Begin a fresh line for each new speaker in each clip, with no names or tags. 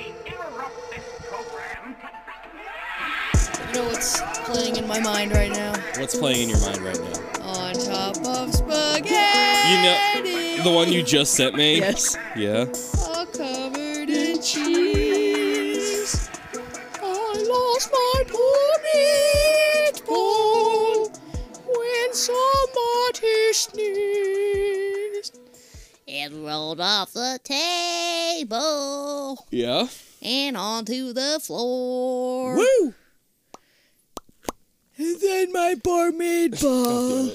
interrupt this program.
You know what's playing in my mind right now?
What's playing in your mind right now?
On top of spaghetti.
You know, the one you just sent me.
Yes.
Yeah.
All covered in cheese. I lost my bonnet ball when somebody sneezed. It rolled off the table
Yeah.
and onto the floor.
Woo!
And then my barmaid ball.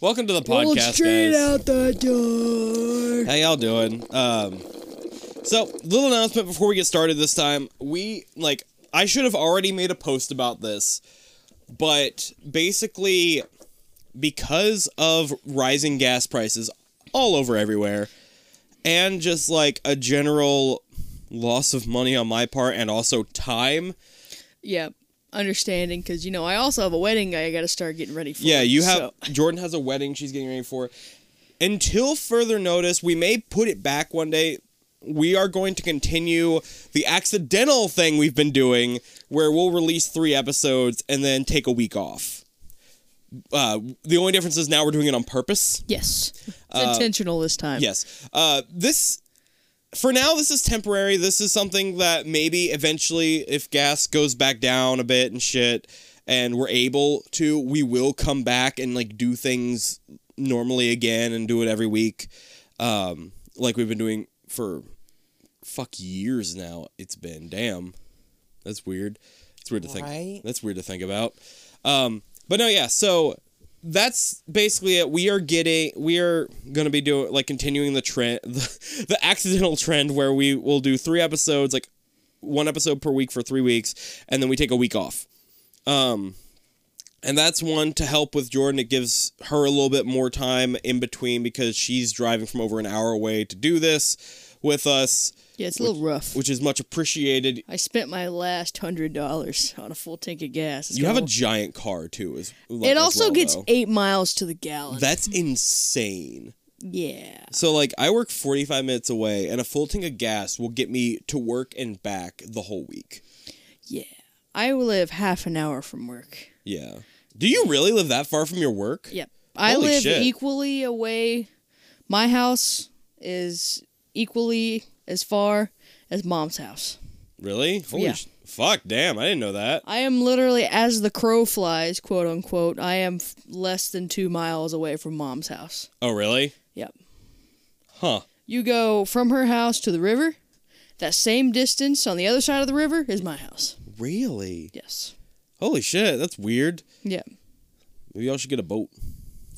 Welcome to the
Pulled
podcast,
straight
guys.
out the door.
How y'all doing? Um, so little announcement before we get started this time. We like I should have already made a post about this, but basically because of rising gas prices all over everywhere and just like a general loss of money on my part and also time.
Yeah, understanding because you know I also have a wedding I got to start getting ready for.
Yeah, you have
so-
Jordan has a wedding she's getting ready for. Until further notice, we may put it back one day. We are going to continue the accidental thing we've been doing where we'll release three episodes and then take a week off. Uh, the only difference is now we're doing it on purpose.
yes, it's
Uh,
intentional this time.
Yes. Uh, this, for now, this is temporary. This is something that maybe eventually, if gas goes back down a bit and shit, and we're able to, we will come back and like do things normally again and do it every week, um, like we've been doing for fuck years now. It's been damn. That's weird. It's weird to think.
Right?
That's weird to think about. Um, but no, yeah. So that's basically it. We are getting. We are going to be doing like continuing the trend, the, the accidental trend where we will do three episodes, like one episode per week for three weeks, and then we take a week off. Um, and that's one to help with Jordan. It gives her a little bit more time in between because she's driving from over an hour away to do this with us,
yeah, it's a little rough.
which is much appreciated.
I spent my last hundred dollars on a full tank of gas.
You have a
so-
giant car too. Is
it also gets eight miles to the gallon.
That's insane.
yeah,
So like I work 45 minutes away and a full tank of gas will get me to work and back the whole week.
yeah. I live half an hour from work.
Yeah. Do you really live that far from your work?
Yep. I
Holy
live
shit.
equally away. My house is equally as far as mom's house.
Really? Holy
Yeah.
sh- fuck, damn. I didn't know that.
I am literally, as the crow flies, quote unquote, I am f- less than two miles away from mom's house.
Oh, really?
Yep.
Huh.
You go from her house to the river, that same distance on the other side of the river is my house.
Really?
Yes.
Holy shit, that's weird.
Yep.
Maybe y'all should get a boat.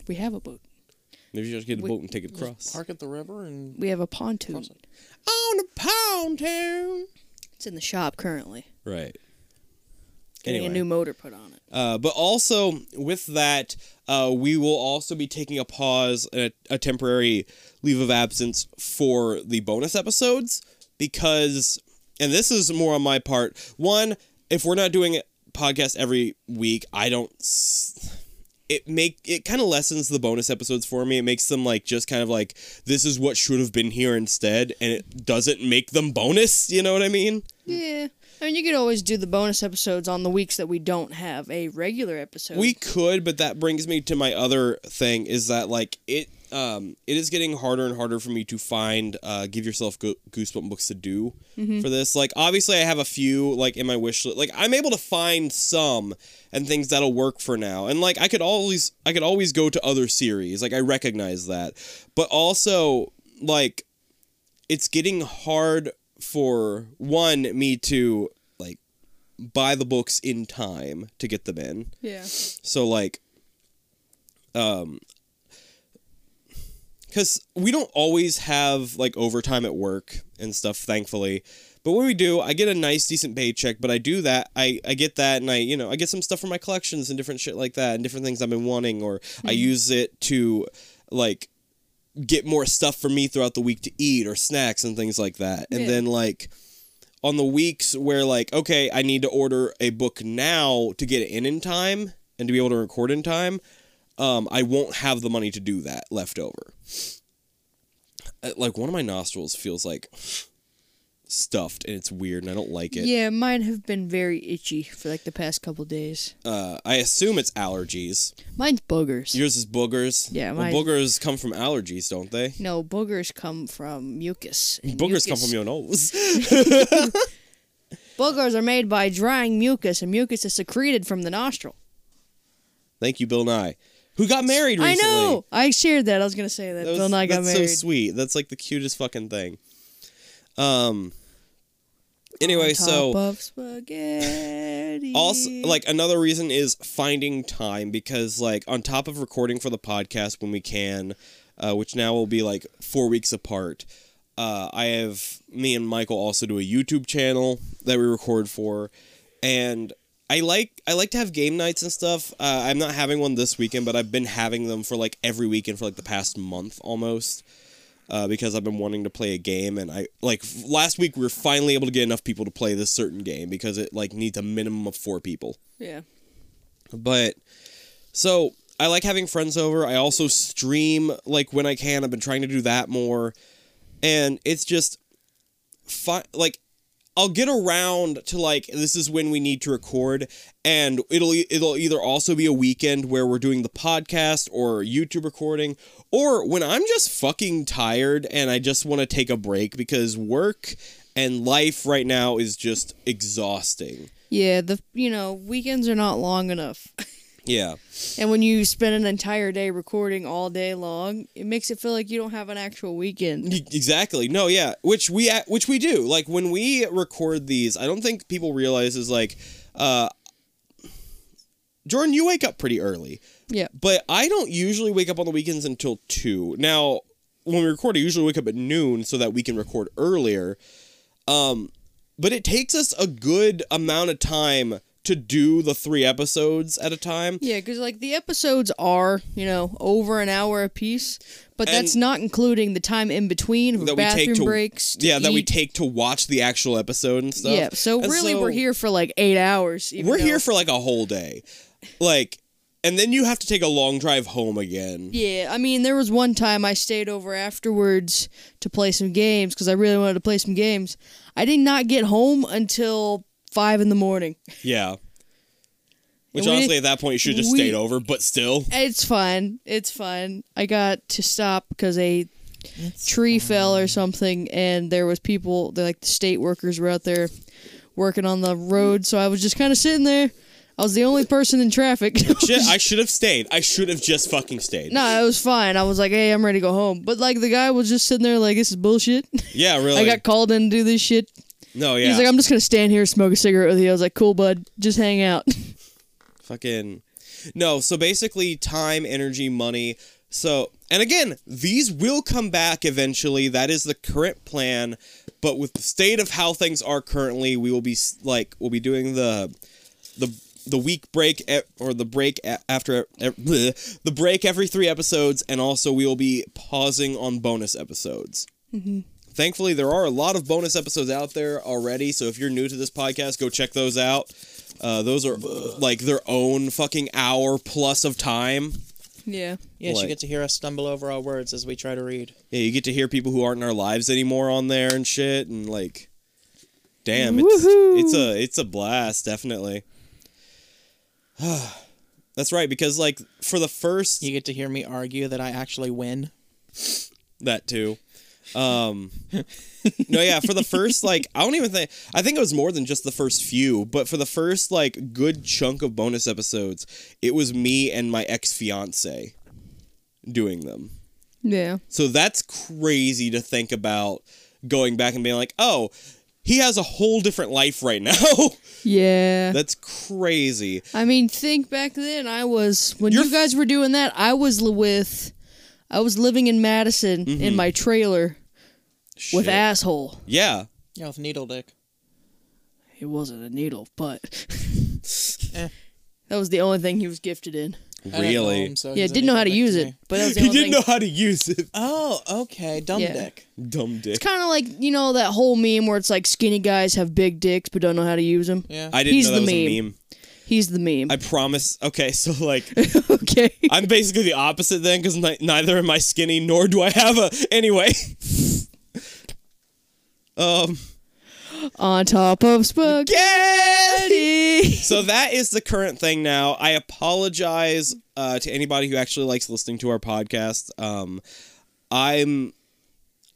We have a boat.
Maybe y'all should get a
We-
boat and take it across.
Park at the river and
We have a pontoon.
On a pound town.
It's in the shop currently.
Right.
Getting
Anyway.
a new motor put on it.
Uh, but also with that, uh, we will also be taking a pause, a, a temporary leave of absence for the bonus episodes because, and this is more on my part. One, if we're not doing a podcast every week, I don't. s- It make it kind of lessens the bonus episodes for me. It makes them like just kind of like this is what should have been here instead, and it doesn't make them bonus. You know what I mean?
Yeah. I mean, you could always do the bonus episodes on the weeks that we don't have a regular episode.
We could, but that brings me to my other thing is that like it um it is getting harder and harder for me to find uh give yourself go- goosebump books to do for this. Like obviously I have a few like in my wish list. Like I'm able to find some and things that'll work for now. And like I could always I could always go to other series. Like I recognize that. But also like it's getting hard for one me to like buy the books in time to get them in.
Yeah.
So like, um, because we don't always have like overtime at work and stuff, thankfully. But when we do, I get a nice, decent paycheck. But I do that, I I get that, and I you know I get some stuff from my collections and different shit like that, and different things I've been wanting, or I use it to like get more stuff for me throughout the week to eat or snacks and things like that. And
Yeah.
then like on the weeks where like okay i need to order a book now to get it in in time and to be able to record in time um, i won't have the money to do that left over Uh, like one of my nostrils feels like stuffed and it's weird and I don't like it.
Yeah, mine have been very itchy for like the past couple days.
Uh, I assume it's allergies.
Mine's boogers.
Yours is boogers.
Yeah,
well,
mine-
boogers come from allergies, don't they?
no, boogers come from mucus. and
Boogers come
mucus-
from your nose.
Boogers are made by drying mucus, and mucus is secreted from the nostril.
Thank you, Bill Nye, who got married recently.
I know. I shared that. I was gonna say that,
That was-
Bill and I got
that's
married.
so sweet. That's like the cutest fucking thing. Um. Anyway,
On
so
top of spaghetti.
also like another reason is finding time because like on top of recording for the podcast when we can uh, which now will be like four weeks apart uh, i have me and michael also do a youtube channel that we record for and i like i like to have game nights and stuff uh, i'm not having one this weekend but i've been having them for like every weekend for like the past month almost uh, because I've been wanting to play a game, and I like f- last week we were finally able to get enough people to play this certain game because it like needs a minimum of four people.
yeah,
But so I like having friends over. I also stream like when I can. I've been trying to do that more, and it's just fun. Like I'll get around to like this is when we need to record, and it'll it'll either also be a weekend where we're doing the podcast or YouTube recording, or when I'm just fucking tired and I just want to take a break because work and life right now is just exhausting.
yeah. The you know weekends are not long enough,
Yeah.
and when you spend an entire day recording all day long, it makes it feel like you don't have an actual weekend.
E- Exactly. No, yeah. Which we a- which we do. Like when we record these, I don't think people realize is like uh Jordan, you wake up pretty early.
yeah,
But I don't usually wake up on the weekends until 2. Now, when we record, I usually wake up at noon so that we can record earlier. Um but it takes us a good amount of time to do the 3 episodes at a time.
yeah. Because like the episodes are you know over an hour a piece, but that's
And-
not including the time in between for
That we take
bathroom
to-
breaks. to
yeah, that we
eat.
take to watch the actual episode and stuff.
Yeah, so
And
really we're
so-
here for like eight hours. even
We're
though-
here for like a whole day. Like and then you have to take a long drive home again.
Yeah, I mean, there was one time I stayed over afterwards to play some games because I really wanted to play some games. I did not get home until five in the morning.
Yeah. Which
And we-
honestly at that point you should have just
we-
stayed over, but still.
It's fine. It's fine. I got to stop because a tree fell or something, and there was people. They're like the state workers were out there working on the road, so I was just kind of sitting there. I was the only person in traffic.
Shit, I should have stayed. I should have just fucking stayed.
no, it was fine. I was like, "Hey, I'm ready to go home," but like the guy was just sitting there, like, "This is bullshit."
Yeah, really.
I got called in to do this shit.
no, yeah.
He's like, I'm just gonna stand here, smoke a cigarette with you. I was like, cool, bud, just hang out.
fucking no so basically time energy money so and again these will come back eventually that is the current plan but with the state of how things are currently we will be s- like we'll be doing the the the week break e- or the break a- after e- bleh, the break every three episodes and also we will be pausing on bonus episodes Thankfully, there are a lot of bonus episodes out there already. So if you're new to this podcast, go check those out. Uh, those are like their own fucking hour plus of time.
yeah.
Yes,
Like-
you get to hear us stumble over our words as we try to read.
Yeah, you get to hear people who aren't in our lives anymore on there and shit, and like, damn, it's
Woohoo.
it's a it's a blast, definitely. That's right, because like for the first
You get to hear me argue that I actually win.
That too. Um No, yeah, for the first like I don't even think I think it was more than just the first few, but for the first like good chunk of bonus episodes, it was me and my ex-fiance doing them.
Yeah.
So that's crazy to think about going back and being like, "Oh, he has a whole different life right now."
Yeah.
that's crazy.
I mean, think back then. I was when you
You're-
guys were doing that. I was li- with, I was living in Madison in my trailer with
Mm-hmm. Shit.
asshole.
Yeah.
Yeah, with needle dick.
It wasn't a needle, but
Eh.
that was the only thing he was gifted in.
I didn't know
Really.
him, so
yeah,
he's a
didn't know how to
needle dick
use
me.
it, but that was the
He
only
didn't
thing.
know how to use it.
Oh, okay, dumb
Yeah.
dick.
Dumb dick.
It's kind of like you know that whole meme where it's like skinny guys have big dicks but don't know how to use them.
Yeah.
I didn't
He's
know
the
that was a
meme.
meme.
He's the meme.
I promise. Okay, so like
okay.
I'm basically the opposite then, because ni- neither am I skinny, nor do I have a. Anyway. um.
on top of spaghetti.
So that is the current thing now. I apologize uh, to anybody who actually likes listening to our podcast. Um, I'm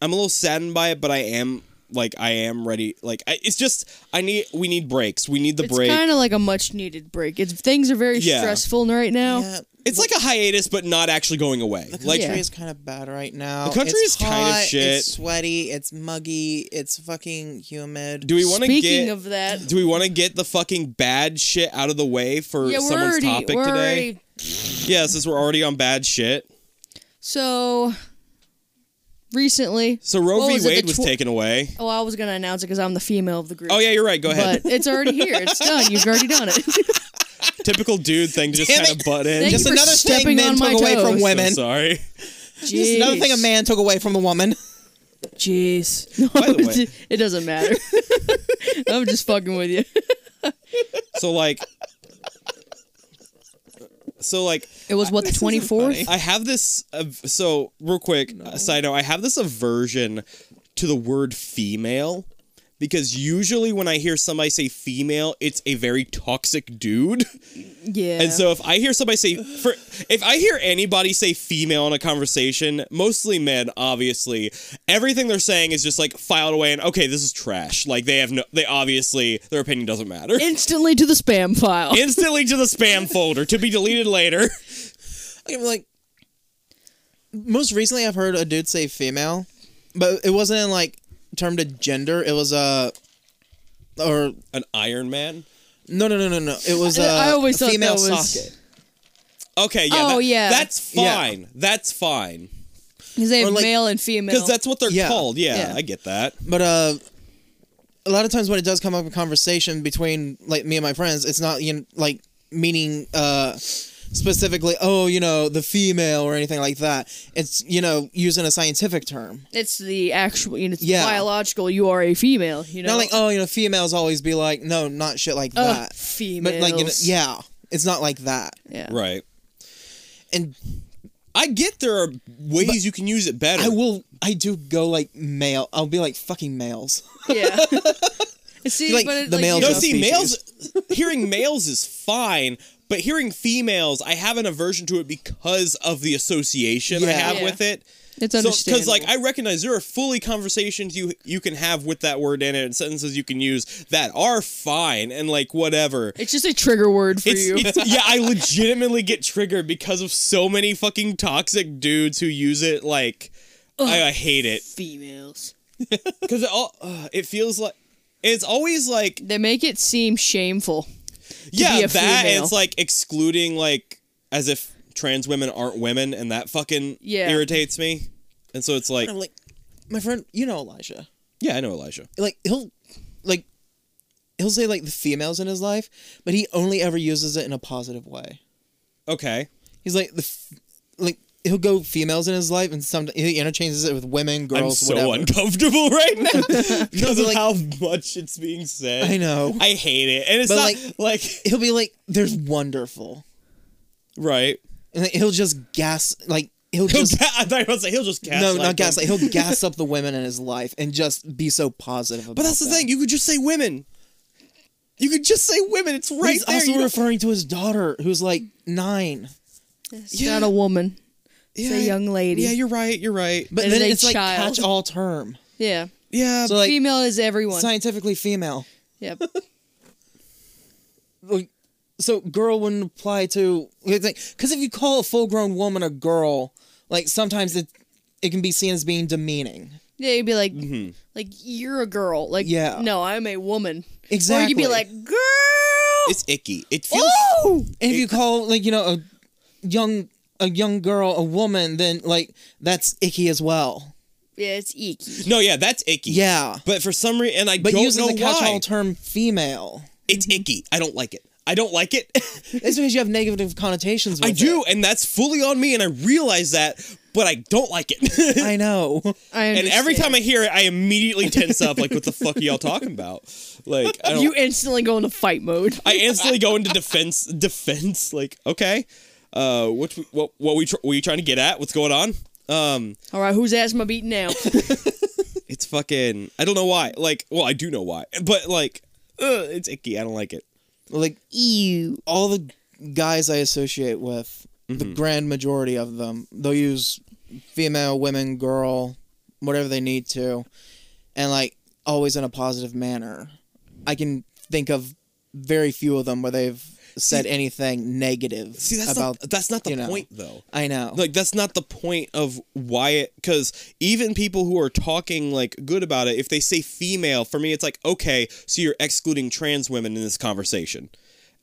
I'm a little saddened by it, but I am like I am ready. Like I, it's just I need we need breaks. We need the
It's
break.
kind of like a much needed break. It's things are very
Yeah.
stressful right now.
Yeah,
it's like a hiatus, but not actually going away. Like
Yeah.
country is kind of bad right now.
The country
It's
is kind of
hot,
shit.
It's sweaty. It's muggy. It's fucking humid.
do we want to
Speaking
get?
of that,
do we want to get the fucking bad shit out of the way for
yeah, we're
someone's
already,
topic
we're
today?
already
Yeah, since we're already on bad shit.
So recently,
So Roe
What
v.
was it, the
Wade was
tw-
taken away.
oh, I was gonna announce it because I'm the female of the group.
Oh yeah, you're right. Go ahead.
but it's already here. It's done. You've already done it.
Typical dude thing to just
Damn
kind of
it.
butt in.
Thank
Just
Just
you for
another
stepping
thing men
on my
took away
toes.
from
So
I'm
women.
sorry.
Just another thing a
Jeez.
man took away from a woman.
Jeez. No,
By the way-
it doesn't matter. I'm just fucking with you.
So like So like
It was what the 24th.
I have this av- so real quick uh, side note I have this aversion to the word female because usually when I hear somebody say female it's a very toxic dude.
Yeah.
And so if I hear somebody say for if I hear anybody say female in a conversation, mostly men obviously, everything they're saying is just like filed away and okay, this is trash. Like they have no they obviously their opinion doesn't matter.
instantly to the spam file.
Instantly to the spam folder to be deleted later.
I'm like, most recently I've heard a dude say female, but it wasn't in like term to gender. It was a, uh, or
An Iron Man.
no, no, no, no, no. It was
I-
uh,
I always
a
thought
female
that was-
socket.
Okay, yeah.
Oh,
that-
yeah.
That's
Yeah.
fine. That's fine.
Because they have
Or like-
male and female.
Because that's what they're
Yeah.
called. Yeah,
Yeah.
I get that.
But uh, a lot of times when it does come up in conversation between like me and my friends, it's not you know, like meaning uh specifically oh you know the female or anything like that. It's you know using a scientific term.
it's the actual. You know, it's
Yeah.
biological. You are a female. You know.
Not like oh you know females always be like no not shit like
Ugh,
that.
females.
But like you know, yeah, it's not like that.
Yeah.
Right.
And
I get there are ways you can use it better.
I will. I do go like male. I'll be like fucking males.
Yeah. see,
Like,
but it,
the
like,
male
you
No,
know,
does
see,
species.
males. hearing males is fine, but hearing females, I have an aversion to it because of the association I
Yeah.
have
Yeah.
with it.
it's
because
understandable.
like I recognize there are fully conversations you you can have with that word in it, and sentences you can use that are fine and like whatever.
It's just a trigger word for
It's,
you.
it's- yeah, I legitimately get triggered because of so many fucking toxic dudes who use it. Like, I, I hate it
females.
because it all uh, it feels like it's always like
They make it seem shameful.
yeah
be a
that and
female.
it's like excluding like as if trans women aren't women, and that fucking
Yeah.
irritates me. And so it's like,
And I'm like, my friend, you know Elijah.
yeah, I know Elijah.
Like he'll, like, he'll say like the females in his life, but he only ever uses it in a positive way.
Okay,
He's like the, f- like he'll go females in his life, and some he interchanges it with women,
I'm
girls,
so
whatever.
uncomfortable right now because
but
of
like-
how much it's being said.
I know.
I hate it, and it's
But,
not like
he'll be like, "There's wonderful,"
right.
and like, he'll just gas like he'll just.
Ga- I thought you were gonna say he'll just gaslight.
no, not
them.
gaslight. He'll gas up the women in his life and just be so positive about
But that's the
them.
thing. You could just say women. You could just say women. It's right
He's
there.
also
you don't-
referring to his daughter, who's like nine.
It's not a woman. It's a young lady.
Yeah, you're right. You're right. But
But
It is
then
a
it's like
child.
catch-all term.
Yeah.
yeah,
So like
female is everyone.
scientifically female.
yep.
Like, so girl wouldn't apply to because if you call a full-grown woman a girl, like sometimes it it can be seen as being demeaning.
Yeah, you'd be like, like you're a girl. Like,
Yeah.
no, I'm a woman. Or
Exactly.
you'd be like, girl.
it's icky. It feels.
Oh! And if you call like you know a young a young girl a woman, then like that's icky as well.
Yeah, it's icky.
No, yeah, that's icky.
Yeah.
But for some reason, and I
But
don't
using
know
the catch-all
why.
term female,
it's icky. I don't like it. I don't like it.
that's because you have negative connotations. With
I do,
it.
and that's fully on me, and I realize that. But I don't like it.
I know.
I
and
understand.
every time I hear it, I immediately tense up. Like, what the fuck are y'all talking about? Like, I don't.
you instantly go into fight mode.
I instantly go into defense. Defense. Like, okay, uh, what what what we tr- were you trying to get at? What's going on? Um,
All right, whose ass am I beating now?
It's fucking. I don't know why. Like, well, I do know why, but like, ugh, it's icky. I don't like it.
Like
Ew.
all the guys I associate with,
Mm-hmm.
the grand majority of them, they'll use female, women, girl, whatever they need to, and like always in a positive manner. I can think of very few of them where they've said anything negative
See, that's
about.
not that's not the
you know.
point though.
I know.
Like, that's not the point of why it. Because even people who are talking like good about it, if they say female, for me, it's like okay, so you're excluding trans women in this conversation,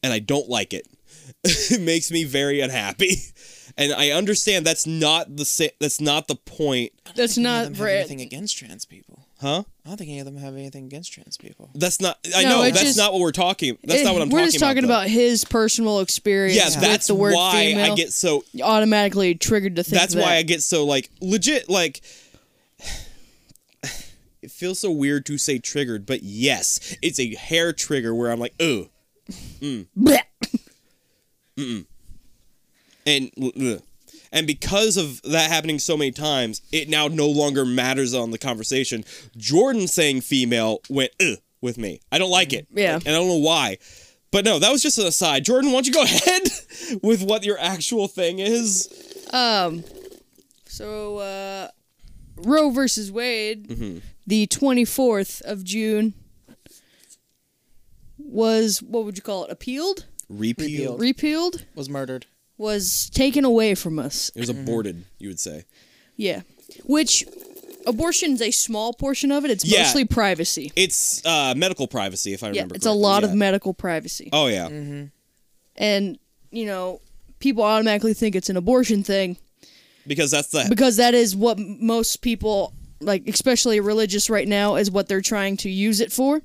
and I don't like it. it makes me very unhappy, and I understand that's not the sa- that's not the point,
That's not
have
right.
anything against trans people.
huh?
I don't think any of them have anything against trans people.
That's not. I
No,
know
it's
that's
just-
not what we're talking. That's
Eh,
not what I'm
We're
talking
just talking
though.
about, his personal experience.
Yeah,
with
that's
the word
why
female.
I get so.
automatically triggered to think
That's
that.
why I get so like legit. Like, it feels so weird to say triggered, but yes, it's a hair trigger where I'm like, ugh,
Blech.
and ugh. and because of that happening so many times, it now no longer matters on the conversation. Jordan saying female went ugh with me. I don't like it.
Yeah.
Like, and I don't know why. But no, that was just an aside. Jordan, why don't you go ahead with what your actual thing is?
So uh, Roe versus Wade,
Mm-hmm.
the twenty fourth of June, was what would you call it? Appealed,
Repeal.
Repealed.
repealed,
Was murdered.
was taken away from us.
It was aborted, you would say.
Yeah, which abortion's a small portion of it. It's
Yeah.
mostly privacy.
It's uh, medical privacy, if I
Yeah,
remember.
it's a lot of
medical.
medical privacy,
oh yeah,
Mm-hmm.
and you know, people automatically think it's an abortion thing.
because that's the
because that is what m- most people like especially religious right now is what they're trying to use it for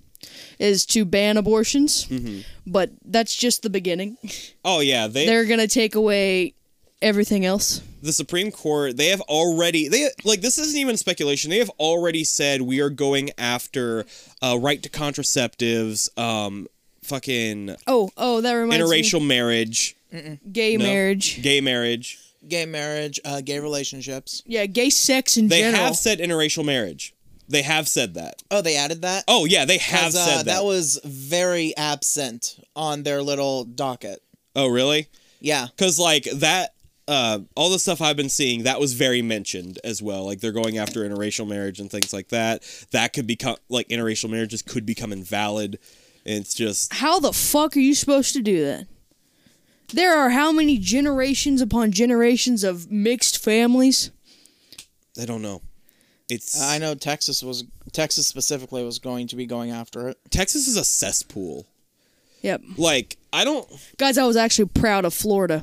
is to ban abortions
Mm-hmm.
but that's just the beginning
oh yeah they
they're gonna take away everything else
the Supreme Court they have already they like this isn't even speculation they have already said we are going after uh, right to contraceptives, um, fucking
oh oh that reminds
interracial marriage,
me gay
no,
marriage
gay marriage.
Gay marriage, uh, gay relationships.
yeah gay sex in
They
general
have said interracial marriage. They have said that.
Oh, they added that.
Oh yeah, they have
'Cause, uh,
said that.
that was very absent on their little docket.
oh really?
Yeah.
because like that uh all the stuff i've been seeing that was very mentioned as well like they're going after interracial marriage and things like that that could become like interracial marriages could become invalid and it's just
how the fuck are you supposed to do that there are how many generations upon generations of mixed families
i don't know it's
Uh, I know Texas was Texas specifically was going to be going after it.
texas is a cesspool
yep
like i don't
guys i was actually proud of florida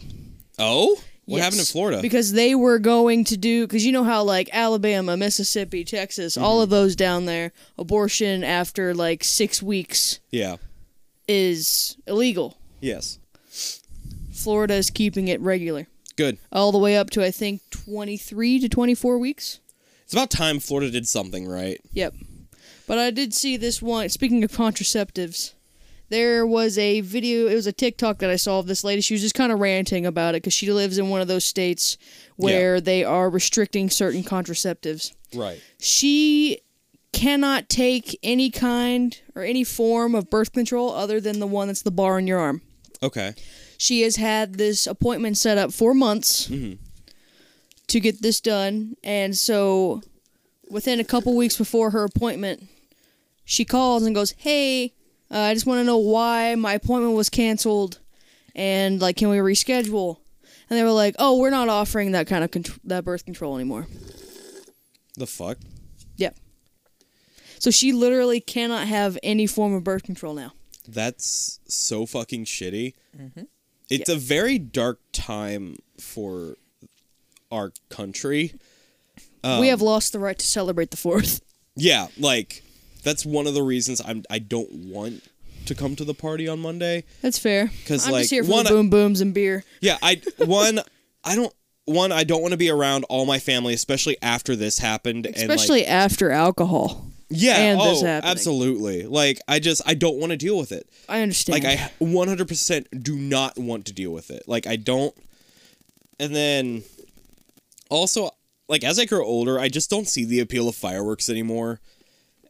oh what
Yes.
happened in florida
Because they were going to do because you know how like Alabama, Mississippi, Texas,
Mm-hmm.
all of those down there, abortion after like six weeks
yeah
is illegal.
yes
Florida is keeping it regular,
good
all the way up to I think twenty three to twenty four weeks.
it's about time florida did something right
Yep. But I did see this one. Speaking of contraceptives, there was a video. It was a TikTok that I saw of this lady. She was just kind of ranting about it because she lives in one of those states where they are restricting certain contraceptives.
right
she cannot take any kind or any form of birth control other than the one that's the bar in your arm.
okay
She has had this appointment set up for months to get this done, and so within a couple weeks before her appointment, she calls and goes, "Hey, uh, I just want to know why my appointment was canceled, and like, can we reschedule?" And they were like, "Oh, we're not offering that kind of contr that birth control anymore."
the fuck
Yep. So she literally cannot have any form of birth control now.
That's so fucking shitty.
Mm-hmm.
It's a very dark time for our country. Um,
we have lost the right to celebrate the fourth.
Yeah, like that's one of the reasons I'm I don't want to come to the party on Monday.
That's fair.
'Cause,
I'm
like,
just here for
one-
the boom booms and beer.
Yeah, I one I don't one I don't want to be around all my family, especially after this happened. and like,
Especially after alcohol.
yeah,
and
oh,
this happening.
absolutely. Like I just I don't want to deal with it.
I understand.
Like I 100% do not want to deal with it. Like I don't. And then also like as I grow older, I just don't see the appeal of fireworks anymore.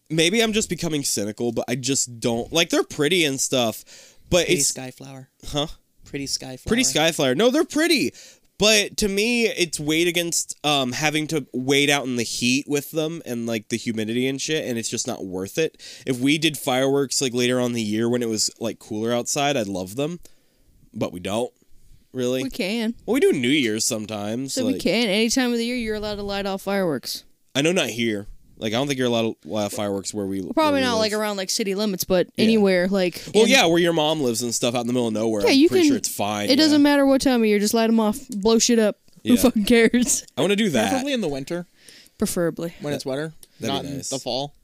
Maybe I'm just becoming cynical, but I just don't like they're pretty and stuff. But
Pretty
it's
skyflower.
huh?
Pretty skyflower.
Pretty skyflyer. No, they're pretty. But to me, it's weight against um, having to wait out in the heat with them and like the humidity and shit, and it's just not worth it. If we did fireworks like later on in the year when it was like cooler outside, I'd love them, but we don't really.
We can.
well, we do New Year's sometimes.
So we
like-
can. Any time of the year, you're allowed to light off fireworks.
I know not here. Like I don't think you're allowed to light off fireworks where we
Probably
where we
not like
live.
around like city limits, but anywhere like.
Well,
in-
yeah, where your mom lives and stuff out in the middle of nowhere.
Yeah,
I'm
you
pretty
can.
sure it's fine.
It doesn't matter what time of year. Just light them off. Blow shit up. Who
Yeah.
fucking cares?
I want to do that.
Preferably in the winter
Preferably.
when it's wetter,
That'd
not
be nice.
in the fall.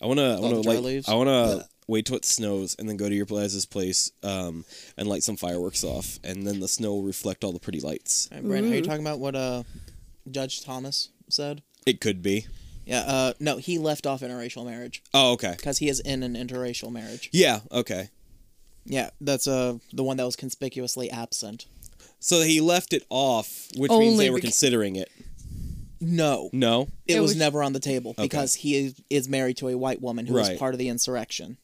I want to. I
all
want to
the dry
like.
leaves.
I want to wait till it snows and then go to your guys' place um, and light some fireworks off, and then the snow will reflect all the pretty lights.
All right, Brandon, are you
Ooh.
talking about what uh, Judge Thomas said?
It could be.
Yeah. Uh, no, he left off interracial marriage
Oh, okay.
because he is in an interracial marriage.
Yeah. Okay.
Yeah, that's uh the one that was conspicuously absent.
So he left it off, which means
Only
they were
beca-
considering it.
No,
No.
it,
It
was,
was-
never on the table because he is, is married to a white woman who was
Right.
part of the insurrection.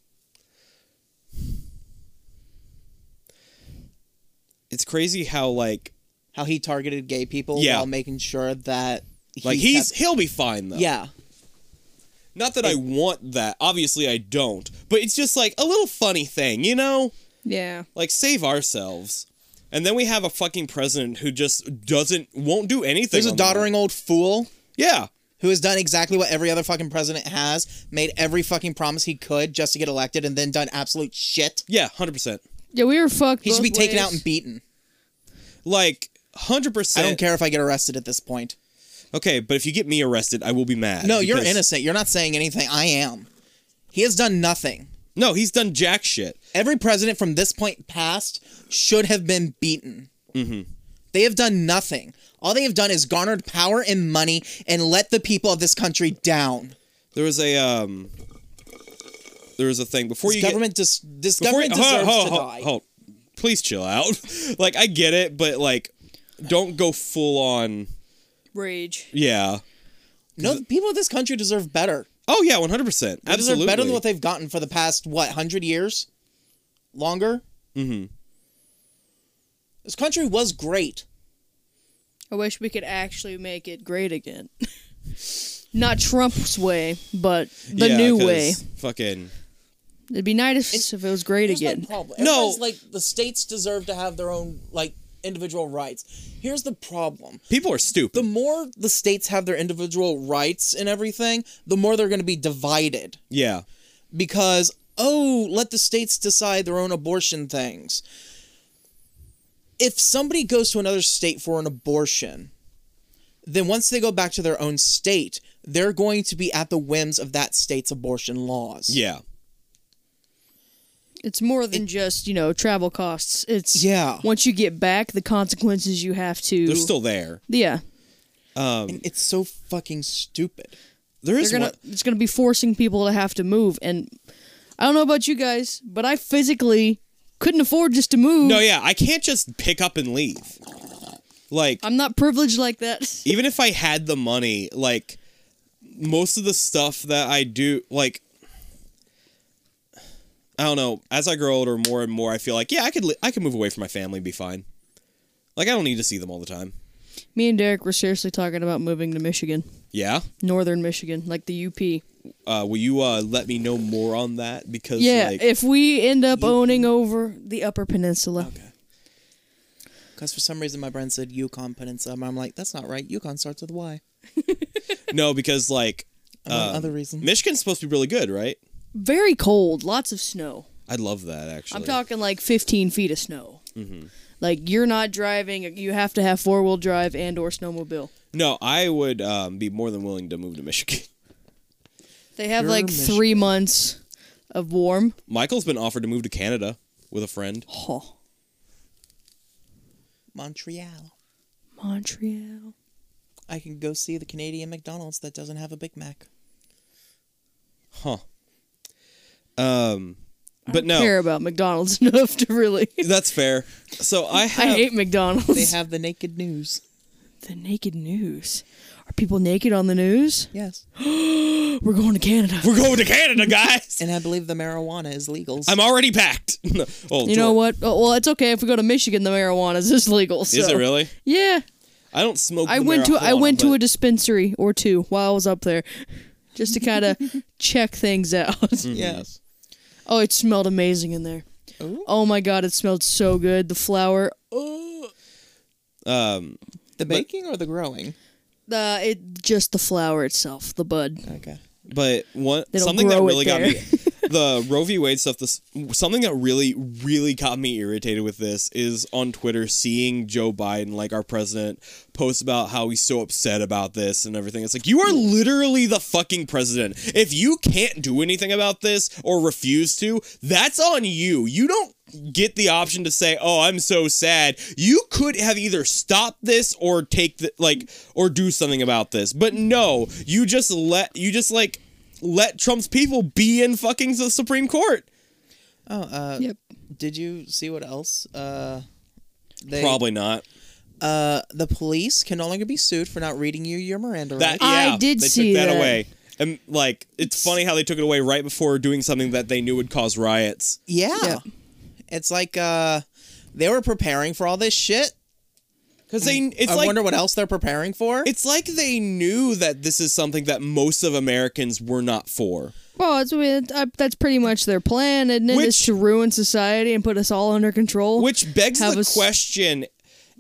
It's crazy how like
How he targeted gay people
Yeah.
while making sure that he
like he's
kept-
he'll be fine though.
yeah
Not that I want that. Obviously, I don't. But it's just like a little funny thing, you know?
Yeah.
Like, save ourselves. And then we have a fucking president who just doesn't, won't do anything.
There's a
on the-
doddering old fool
Yeah.
who has done exactly what every other fucking president has, made every fucking promise he could just to get elected, and then done absolute shit.
Yeah, 100%.
Yeah, we were fucked.
He should be
both
taken out
ways.
and beaten.
Like, 100%.
I don't care if I get arrested at this point.
Okay, but if you get me arrested, I will be mad.
No, you're
because-
innocent. You're not saying anything. I am. He has done nothing.
No, he's done jack shit.
Every president from this point past should have been beaten. Mm-hmm. They have done nothing. All they have done is garnered power and money and let the people of this country down.
There was a, um, there was a thing before
This
you get-
government, dis- this
before you-
government
hold
deserves
on, hold on,
to
hold
die.
on, hold on. Please chill out. like, I get it, but like, don't go full on.
Rage.
Yeah.
No, the people of this country deserve better.
Oh yeah, one hundred percent.
They deserve
Absolutely.
better than what they've gotten for the past what hundred years, longer. Mm-hmm. This country was great.
I wish we could actually make it great again. Not Trump's way, but the
Yeah,
new
'cause
way.
Fucking
It'd be nice if it was great
Here's my
again.
problem.
No.
Everybody's like the states deserve to have their own like individual rights. Here's the problem.
people are stupid.
the more the states have their individual rights and everything, the more they're going to be divided
yeah.
because oh, let the states decide their own abortion things. If somebody goes to another state for an abortion, then once they go back to their own state, they're going to be at the whims of that state's abortion laws.
Yeah.
It's more than just, you know, travel costs. It's
Yeah.
Once you get back, the consequences you have to
They're still there.
Yeah.
And it's so fucking stupid.
There
They're
is
gonna
one.
it's gonna be forcing people to have to move and I don't know about you guys, but I physically couldn't afford just to move.
No, yeah, I can't just pick up and leave. Like
I'm not privileged like that.
even if I had the money, like most of the stuff that I do, like I don't know. As I grow older, more and more, I feel like yeah, I could li- I could move away from my family, and be fine. Like I don't need to see them all the time.
Me and Derek were seriously talking about moving to Michigan.
Yeah.
Northern Michigan, like the UP.
Uh, will you uh, let me know more on that? Because
Yeah,
like,
if we end up owning over the Upper Peninsula.
Because for some reason my brain said Yukon Peninsula. and I'm like, that's not right. Yukon starts with Y.
no, because like
Among other reasons.
Michigan's supposed to be really good, right?
Very cold, lots of snow.
I'd love that actually.
I'm talking like 15 feet of snow.
Mm-hmm.
Like you're not driving. You have to have four wheel drive and or snowmobile.
No, I would um, be more than willing to move to Michigan.
They have
Pure
like three months of warm.
Michael's been offered to move to Canada with a friend.
Oh,
Montreal.
Montreal.
I can go see the Canadian McDonald's that doesn't have a Big Mac.
Huh. Um, but no,
Care about McDonald's enough to really.
that's fair. So I
I
have
hate McDonald's.
They have the naked news.
The naked news. Are people naked on the news?
Yes.
We're going to Canada.
We're going to Canada, guys.
And I believe the marijuana is legal.
I'm already packed. No. Oh,
you know what? Oh, well, it's okay if we go to Michigan. The marijuana is just legal.
Is
so-
it really?
Yeah,
I don't smoke.
I
the
went to I
marijuana,
went to
but-
a dispensary or two while I was up there, just to kind of check things out.
Mm.
Yes.
Oh, it smelled amazing in there. Oh my god, it smelled so good. The flower,
Um,
The baking or the growing?
uh, it just the flower itself, the bud.
Okay.
but one
They don't
something that
grow it
really got me
there.
the Roe v. Wade stuff. This something that really, really got me irritated with this is on Twitter seeing Joe Biden, like our president, post about how he's so upset about this and everything. It's like you are literally the fucking president. If you can't do anything about this or refuse to, that's on you. You don't get the option to say, "Oh, I'm so sad." You could have either stopped this or take the like or do something about this. But no, you just let you just like let Trump's people be in fucking the Supreme Court.
Oh, uh,
Yep.
did you see what else? Uh, they,
Probably not.
Uh, the police can no longer be sued for not reading you your Miranda
That
rights.
I
yeah,
did
they
see
took that,
that.
away. And like, it's funny how they took it away right before doing something that they knew would cause riots.
Yeah.
Yeah.
It's like uh, they were preparing for all this shit.
Because they, it's
I
like,
wonder what else they're preparing for.
it's like they knew that this is something that most of Americans were not for.
Well, it's, I mean, uh, that's pretty much their plan, isn't it? Is
Which-
to ruin society and put us all under control.
Which begs
Have
the
us-
question: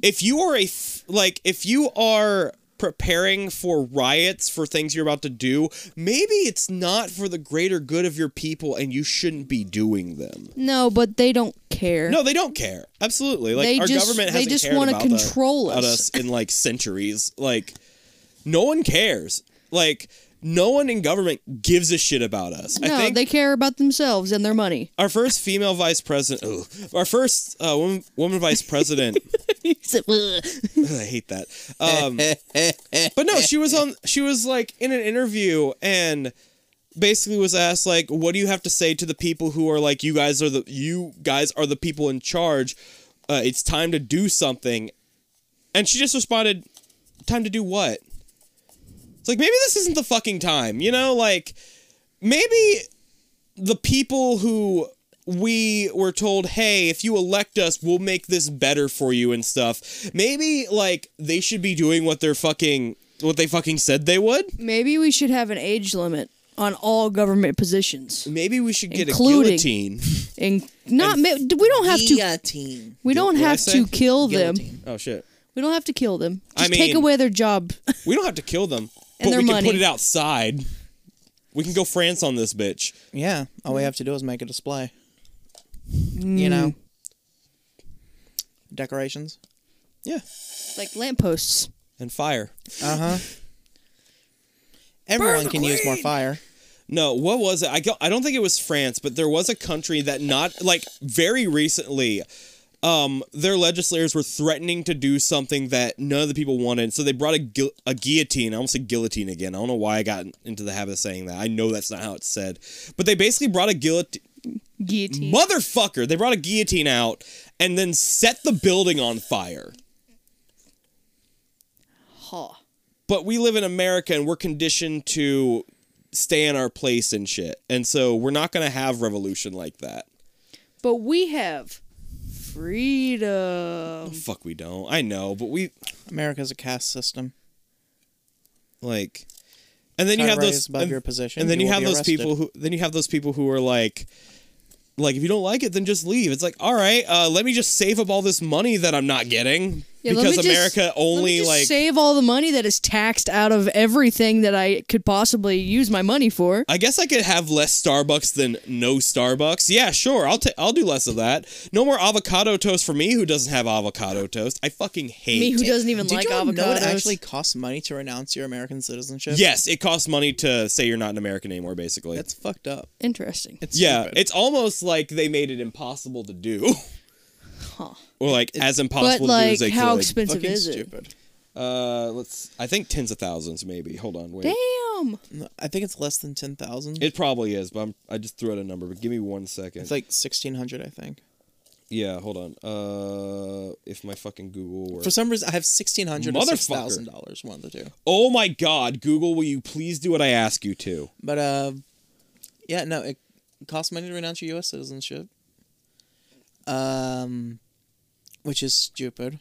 If you are a f- like, if you are preparing for riots for things you're about to do, maybe it's not for the greater good of your people, and you shouldn't be doing them.
no, but they don't care.
No, they don't care. Absolutely, like
They
our
just-
government
they
hasn't
just
cared
wanna
about the-
control
about
us.
in like centuries. Like, no one cares. Like, no one in government gives a shit about us. I
No,
think
they care about themselves and their money.
our first female vice president, ugh, our first uh, woman, woman vice president. I hate that. Um, but no, she was on. She was like in an interview and basically was asked like, "What do you have to say to the people who are like, you guys are the you guys are the people in charge. Uh, it's time to do something." And she just responded, "Time to do what?" It's like maybe this isn't the fucking time, you know? Like maybe the people who we were told, hey, if you elect us, we'll make this better for you and stuff. Maybe like they should be doing what they're fucking what they fucking said they would.
Maybe we should have an age limit on all government positions.
Maybe we should get a
Including-
guillotine.
And not ma- we don't have
E
to
Guillotine.
we don't
What'd I
have
say?
to kill them.
Guillotine.
Oh shit.
We don't have to kill them.
I
Just take
mean-
away their job.
We don't have to kill them,
And
but
their
we can put
money.
it outside. We can go France on this bitch.
Yeah. All
Mm.
we have to do is make a display. You know. Decorations.
Yeah.
like lampposts.
And fire.
Uh huh. Everyone can use more fire.
No, what was it? I go, I don't think it was France, but there was a country that not like very recently um their legislators were threatening to do something that none of the people wanted. So they brought a, guil- a guillotine. I almost said guillotine again. I don't know why I got into the habit of saying that. I know that's not how it's said. But they basically brought a guillotine
Guillotine.
motherfucker. They brought a guillotine out and then set the building on fire.
Ha.
but we live in America and we're conditioned to stay in our place and shit. And so we're not going to have revolution like that.
But we have freedom.
Oh, Fuck, we don't. I know, but we
America's a caste system.
like and then you
Try
have
to
those
rise above
and,
your position,
and then
you
you,
will
have
be
those
arrested.
people who then you have those people who are like like if you don't like it then just leave. It's like, "All right, uh let me just save up all this money that I'm not getting."
Yeah, let me
because
just-
America
Let me
only
just
like
save all the money that is taxed out of everything that I could possibly use my money for.
I guess I could have less Starbucks than no Starbucks. Yeah, sure. I'll ta- I'll do less of that. No more avocado toast for me who doesn't have avocado toast. I fucking hate
Me who doesn't even
Did
like
you all
avocados.
know it actually costs money to renounce your American citizenship?
Yes, it costs money to say you're not an American anymore basically.
That's fucked up.
Interesting.
It's
yeah,
stupid.
it's almost like they made it impossible to do. Or like as
But
impossible to do
like
as they
how
could.
expensive
fucking
is it?
stupid.
uh let's I think tens of thousands maybe. Hold on, wait.
Damn.
No, I think it's less than ten thousand.
It probably is, but I'm, I just threw out a number, but give me one second.
It's like sixteen hundred, I think.
Yeah, hold on. Uh, if my fucking Google works.
For some reason, I have sixteen hundred or
Motherfucker.
six thousand dollars, one of the two.
oh my God, Google, will you please do what I ask you to?
But uh, yeah, no, it costs money to renounce your U.S. citizenship, um, which is stupid.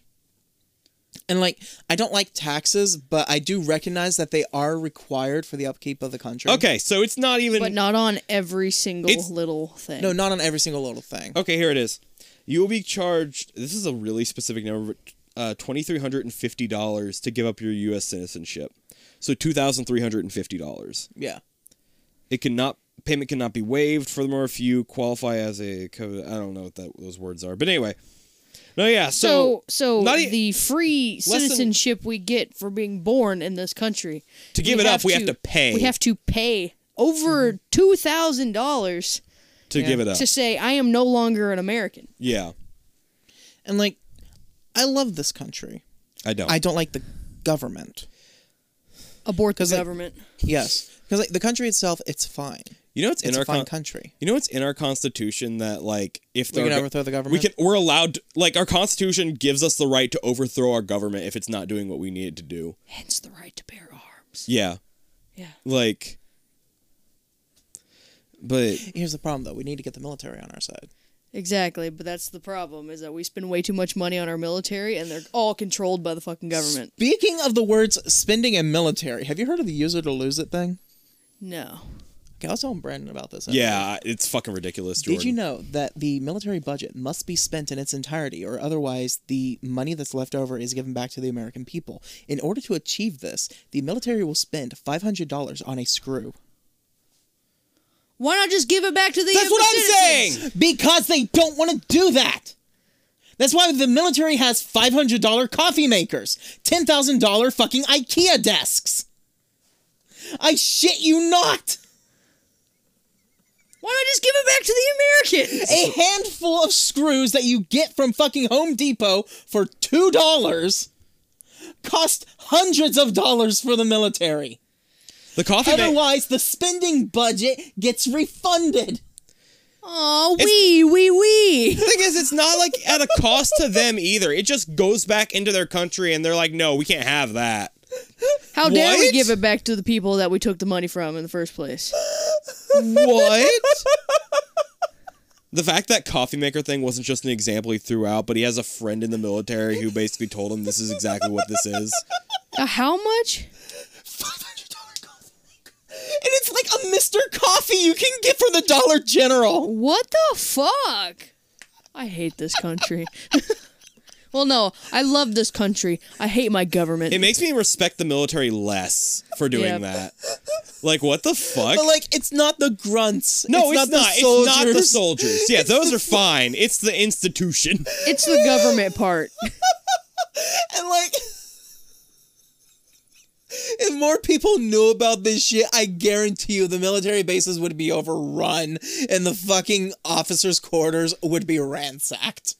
And like, I don't like taxes, but I do recognize that they are required for the upkeep of the country.
Okay, so it's not even.
but not on every single
It's-
little thing.
No, not on every single little thing.
Okay, here it is. You will be charged. This is a really specific number. Uh, twenty three hundred and fifty dollars to give up your U.S. citizenship. So two thousand three hundred and fifty dollars.
Yeah.
It cannot payment cannot be waived. Furthermore, if you qualify as a co- I don't know what that those words are, but anyway. No, yeah.
So
So,
so
not e-
the free
than-
citizenship we get for being born in this country.
To give it up, we have to pay.
We have to pay over thousand dollars
to give it up,
to say I am no longer an American.
yeah,
And like, I love this country.
I don't.
I don't like the government.
Abort the
'Cause, like-
government.
Yes, because like the country itself, it's fine.
you know it's,
It's
in
a
our
fine
con-
country.
You know it's in our constitution that like if
We
our
can
go-
overthrow
we
the government?
can we're allowed like our constitution gives us the right to overthrow our government if it's not doing what we need it to do.
Hence the right to bear arms.
Yeah,
Yeah.
like, but
Here's the problem, though. We need to get the military on our side.
Exactly, but that's the problem is that we spend way too much money on our military and they're all controlled by the fucking government.
Speaking of the words spending and military, have you heard of the use it or lose it thing?
No.
Okay, I was telling Brandon about this.
yeah, it's fucking ridiculous. Jordan.
Did you know that the military budget must be spent in its entirety, or otherwise the money that's left over is given back to the American people? In order to achieve this, the military will spend $500 on a screw.
Why not just give it back to the
That's what I'm
citizens?
saying.
Because they don't want to do that! That's why the military has $500 coffee makers, $10,000 fucking IKEA desks. I shit you not!
Why not just give it back to the Americans?
a handful of screws that you get from fucking Home Depot for two dollars cost hundreds of dollars for the military.
The coffee. ma-
Otherwise, the spending budget gets refunded.
Oh, wee, wee, wee.
The thing is, it's not like at a cost to them either. It just goes back into their country, and they're like, "No, we can't have that."
How dare we
What?
give it back to the people that we took the money from in the first place?
What? the fact that coffee maker thing wasn't just an example he threw out, but he has a friend in the military who basically told him this is exactly what this is.
Uh, how much?
Five hundred dollar coffee maker, and it's like a Mister Coffee you can get from the Dollar General.
What the fuck? I hate this country. well, no, I love this country. I hate my government.
It makes me respect the military less for doing
Yeah.
that. Like, what the fuck?
But like, it's not the grunts.
no, it's, not.
The
it's not the
soldiers.
soldiers. Yeah, those are fine. It's the institution.
it's the government part.
And like, if more people knew about this shit, I guarantee you the military bases would be overrun and the fucking officers' quarters would be ransacked.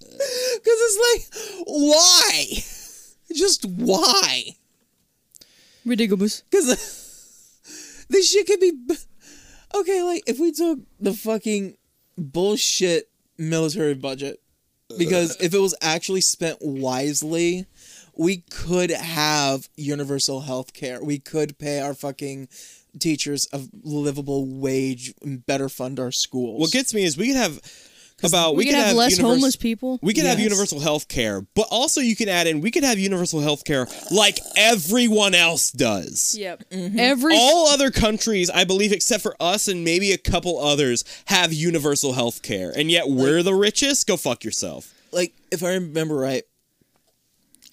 Because it's like, why? Just why?
Ridiculous.
Because this shit could be. Okay, like, if we took the fucking bullshit military budget, because if it was actually spent wisely, we could have universal health care. We could pay our fucking teachers a livable wage and better fund our schools.
What gets me is we could have about
We,
we,
could have, less
univers-
homeless people.
We could have
Yes.
universal health care, but also you can add in we could have universal health care like everyone else does.
Yep. Every
All other countries, I believe, except for us and maybe a couple others, have universal health care, and yet we're the richest. Go fuck yourself.
like if I remember right,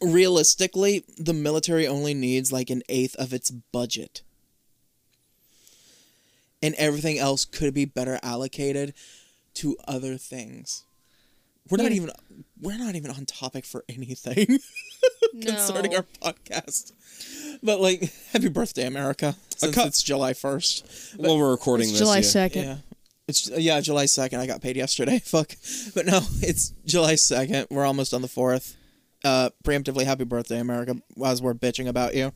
realistically, the military only needs like an eighth of its budget. And everything else could be better allocated to other things. We're not
Yeah.
even we're not even on topic for anything
no.
concerning our podcast. But like, happy birthday, America! Since
cou-
it's July first.
When we're recording
It's
this,
July
yeah.
second.
Yeah. It's uh, yeah, July 2nd. I got paid yesterday. Fuck. But no, it's July 2nd. We're almost on the 4th. Uh preemptively happy birthday America as we're bitching about you.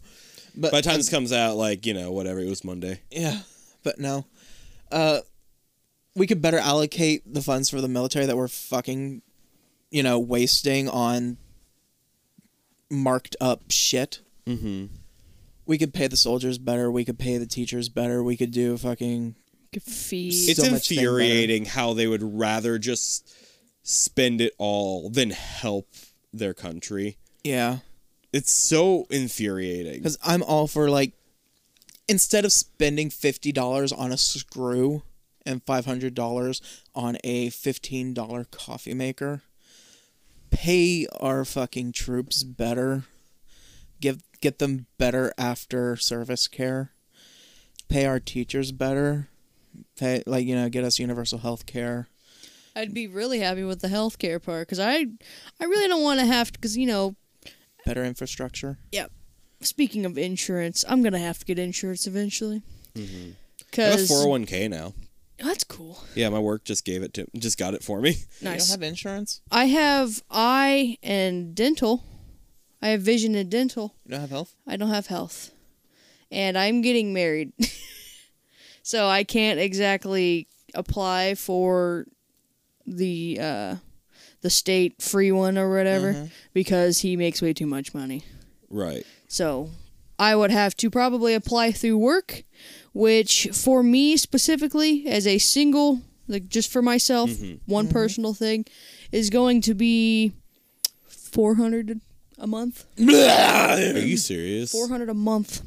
But
By the time this comes out, like you know, whatever it was Monday.
yeah. But no. Uh we could better allocate the funds for the military that we're fucking, you know, wasting on marked up shit. Mm-hmm. We could pay the soldiers better. We could pay the teachers better. We could do fucking
Feed.
It's
so much thing better.
infuriating how they would rather just spend it all than help their country.
yeah.
It's so infuriating.
Because I'm all for like, instead of spending fifty dollars on a screw and five hundred dollars on a fifteen dollar coffee maker, pay our fucking troops better. Give get them better after service care. Pay our teachers better. Pay like you know get us universal health care.
I'd be really happy with the healthcare part because I, I really don't want to have because you know,
Better infrastructure.
yeah. Speaking of insurance, I'm gonna have to get insurance eventually.
I have a
Because
401k now.
that's cool.
Yeah, my work just gave it to just got it for me.
Nice.
You don't have insurance.
I have eye and dental. I have vision and dental.
You don't have health.
I don't have health. And I'm getting married. so I can't exactly apply for the uh the state free one or whatever because he makes way too much money.
Right.
So I would have to probably apply through work, which for me specifically, as a single, like just for myself, one personal thing, is going to be 400 a month.
Are you serious?
400 a month.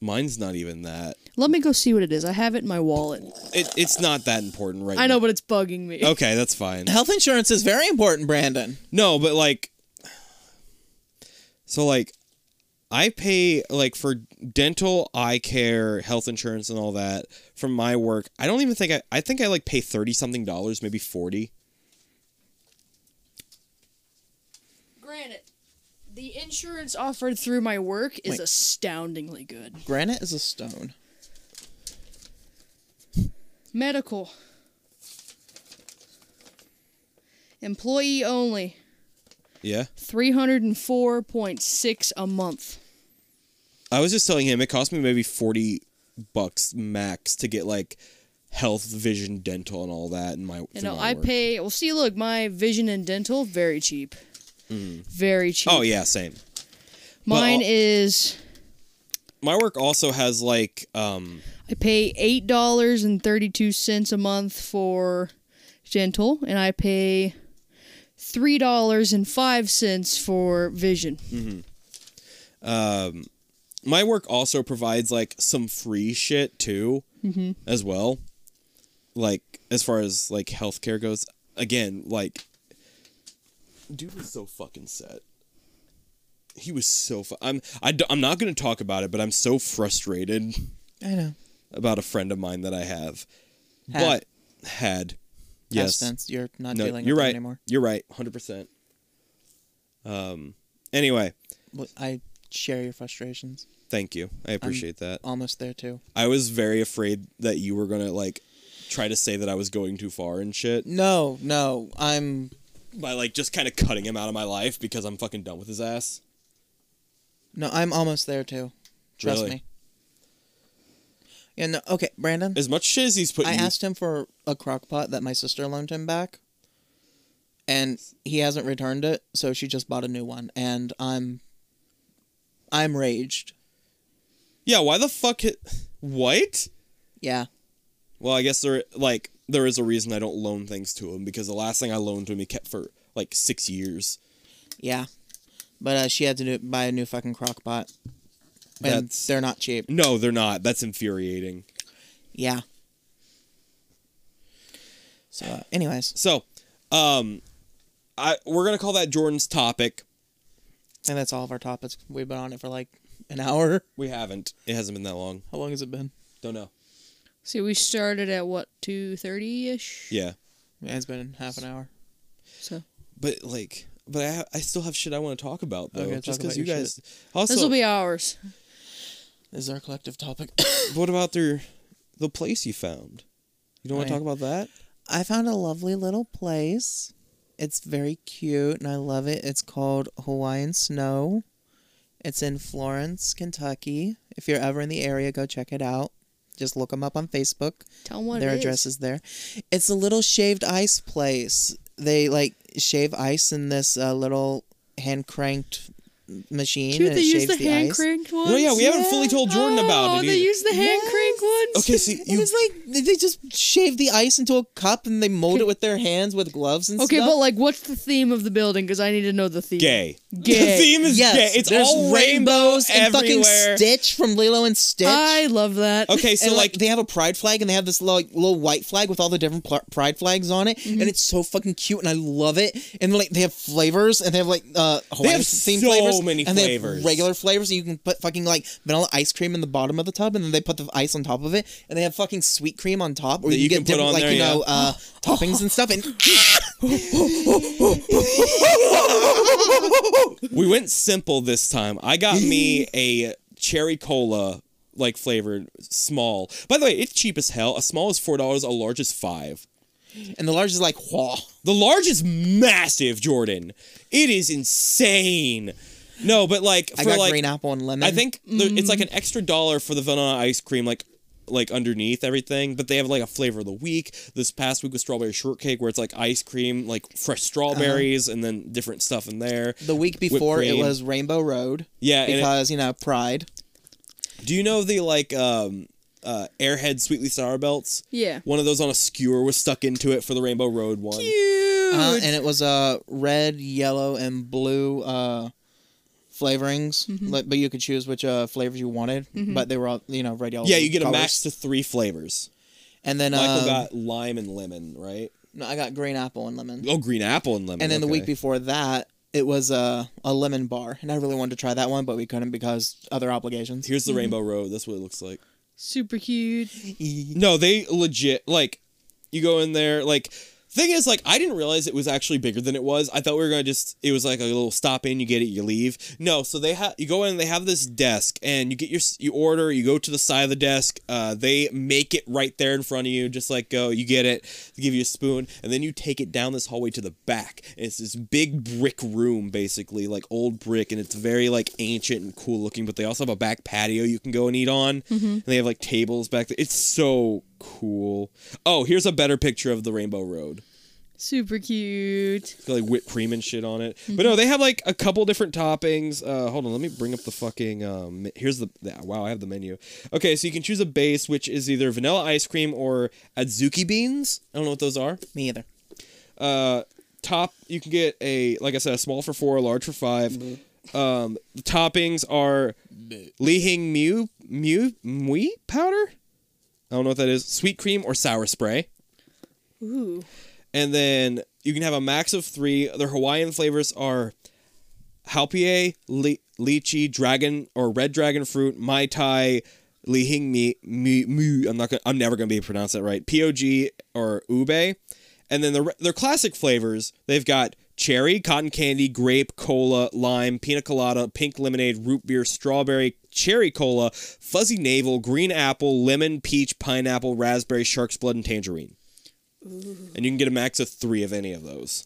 Mine's not even that.
Let me go see what it is. I have it in my wallet.
It, it's not that important right
I know,
now.
but it's bugging me.
Okay, that's fine.
Health insurance is very important, Brandon.
No, but like, so like, I pay like for dental, eye care, health insurance, and all that from my work. I don't even think I. I think I like pay thirty something dollars, maybe forty.
Granted, the insurance offered through my work is
Wait.
astoundingly good.
Granite is a stone.
Medical. Employee only.
Yeah,
304.6 a month.
I was just telling him it cost me maybe forty bucks max to get like health, vision, dental, and all that. In my
You
through
know,
my
I
work.
pay. Well, see, look, my vision and dental very cheap, very cheap.
Oh yeah, same.
mine
Well, oh.
is.
My work also has like um
I pay eight dollars and thirty-two cents a month for dental, and I pay three dollars and five cents for vision.
Mm. my work also provides like some free shit too
Mm-hmm.
as well like as far as like healthcare goes again like dude was so fucking set he was so fu- i'm I d- i'm not going to talk about it but i'm so frustrated
I know.
about a friend of mine that i have
Had.
but had yes
Past tense, You're not
no,
dealing
you're
with it
right
anymore.
you're right 100% um anyway
Well, I share your frustrations.
thank you i appreciate that
Almost there too.
I was very afraid that you were gonna like try to say that I was going too far and shit
No, no, I'm.
by like just kind of cutting him out of my life because I'm fucking done with his ass.
No, I'm almost there too. Trust
Really?
me. Yeah. No. Okay, Brandon.
As much shit as he's putting,
I
you-
asked him for a crock pot that my sister loaned him back, and he hasn't returned it. So she just bought a new one, and I'm. I'm raged.
yeah, why the fuck? It, what?
Yeah.
Well, I guess there like there is a reason I don't loan things to him because the last thing I loaned to him he kept for like six years.
Yeah. But uh, she had to do, buy a new fucking crock pot. And
That's-
they're not cheap.
No, they're not. That's infuriating.
Yeah. So, uh, anyways,
So, um, I we're gonna call that Jordan's topic.
and that's all of our topics. We've been on it for like an hour.
We haven't. It hasn't been that long.
How long has it been?
Don't know.
See, we started at what two thirty ish.
Yeah.
Yeah, it's been half an hour.
So
But like, but I ha- I still have shit I want to talk about though.
Okay,
just
talk
because
about
you
your
guys.
shit.
Also,
this will be ours.
This is our collective topic.
what about their the place you found? You don't want to
Oh, yeah.
talk about that?
I found a lovely little place. It's very cute and I love it. It's called Hawaiian Snow. It's in Florence, Kentucky. If you're ever in the area, go check it out. Just look them up on Facebook.
Tell 'em what
Their
it is.
address is there. It's a little shaved ice place. They like shave ice in this uh, little hand cranked machine.
Dude,
and
they
it
use
shaves
the, hand
ice.
cranked ones.
No, yeah, we haven't fully told Jordan
Oh,
about it
They
either.
use the hand crank ones.
Okay, see,
and
you
it's like they- they just shave the ice into a cup and they mold it with their hands with gloves and
Okay,
stuff.
but like, what's the theme of the building? Because I need to know the theme.
gay.
Gay.
The theme is
yes,
gay. It's
there's
all rainbows
rainbows and fucking
everywhere.
Stitch from Lilo and Stitch.
I love that.
okay,
and
so
like,
like
they have a pride flag and they have this like little white flag with all the different pl- pride flags on it
Mm-hmm.
and it's so fucking cute and I love it and like they have flavors and they have like uh Hawaiian
have
themed
so
flavors
many
and they have
flavors.
regular flavors and you can put fucking like vanilla ice cream in the bottom of the tub and then they put the ice on top of it and they have fucking sweet cream on top or
That
you,
you
get
can put
different
on
like
there,
you know
yeah.
uh toppings and stuff and
we went simple this time. I got me a cherry cola like flavored small. By the way, it's cheap as hell. A small is four dollars. A large is five.
and the large is like whoa
The large is massive, Jordan. It is insane. No, but like for
I got
like
green apple and lemon
I think the, it's like an extra dollar for the vanilla ice cream, like like underneath everything. But they have like a flavor of the week. This past week was strawberry shortcake, where it's like ice cream, like fresh strawberries, and then different stuff in there.
Uh-huh. the week
whipped
before it
cream.
was Rainbow Road
Yeah, and it-
because you know pride
Do you know the like um uh Airhead Sweetly Sour belts?
Yeah.
One of those on a skewer was stuck into it for the Rainbow Road one.
Uh, and it was uh, red, yellow, and blue uh, flavorings, like, but you could choose which uh, flavors you wanted. But they were all, Mm-hmm. you know, red, yellow.
Yeah, you get a
colors.
max to three flavors.
And then
Michael
um,
got lime and lemon, right?
no, I got green apple and lemon.
Oh, green apple and lemon.
and then the week
okay.
before that, it was uh, a lemon bar, and I really wanted to try that one, but we couldn't because other obligations.
Here's the Rainbow Road. That's what it looks like.
Super cute.
No, they legit like you go in there like thing is like I didn't realize it was actually bigger than it was. I thought we were gonna just it was like a little stop in, you get it, you leave. No, so they have you go in and they have this desk and you get your s- you order, you go to the side of the desk. Uh, they make it right there in front of you, just like go. You get it, they give you a spoon, and then you take it down this hallway to the back. And it's this big brick room, basically like old brick, and it's very like ancient and cool looking. But they also have a back patio you can go and eat on, and they have like tables back there. It's so cool. Oh, here's a better picture of the Rainbow Road.
Super cute.
It's got, like whipped cream and shit on it. But no, they have like a couple different toppings. Uh, hold on, let me bring up the fucking. Um, here's the, the- wow. I have the menu. Okay, so you can choose a base, which is either vanilla ice cream or adzuki beans. I don't know what those are.
Me either.
Uh, top, you can get a like I said, a small for four, a large for five. Um, the toppings are lihing mu mu mui powder. I don't know what that is. Sweet cream or sour spray
Ooh.
and then you can have a max of three. Their Hawaiian flavors are halpia, li- lychee, dragon or red dragon fruit, mai tai, lihing mi, mi, mu. I'm not. Gonna, I'm never gonna be able to pronounce that right. Pog or ube, and then the, re- their classic flavors. They've got cherry, cotton candy, grape, cola, lime, pina colada, pink lemonade, root beer, strawberry. Cherry cola, fuzzy navel, green apple, lemon, peach, pineapple, raspberry, shark's blood, and tangerine and you can get a max of three of any of those.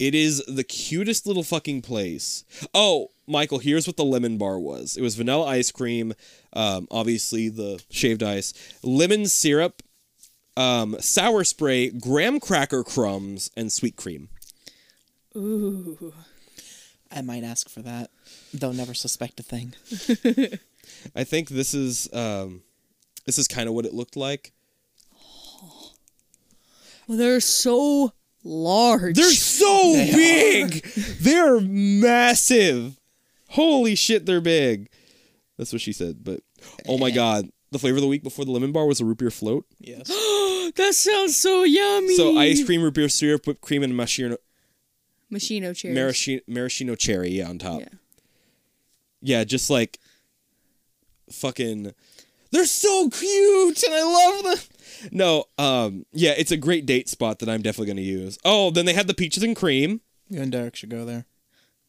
It is the cutest little fucking place. Oh, Michael, here's what the lemon bar was. It was vanilla ice cream, um, obviously the shaved ice, lemon syrup, um, sour spray, graham cracker crumbs, and sweet cream.
I might ask for that. They'll never suspect a thing.
I think this is um, this is kind of what it looked like.
Well, they're so large.
They're so big. They're massive. Holy shit, they're big. That's what she said. But oh my god, the flavor of the week before the lemon bar was a root beer float.
Yes.
that sounds so yummy.
So ice cream, root beer syrup, whipped cream, and maraschino
Machino cherries.
maraschino, maraschino cherry on top.
Yeah.
Yeah. just like fucking. They're so cute, and I love them. No, um, yeah, it's a great date spot that I'm definitely gonna use. Oh, then they had the peaches and cream.
You and Derek should go there.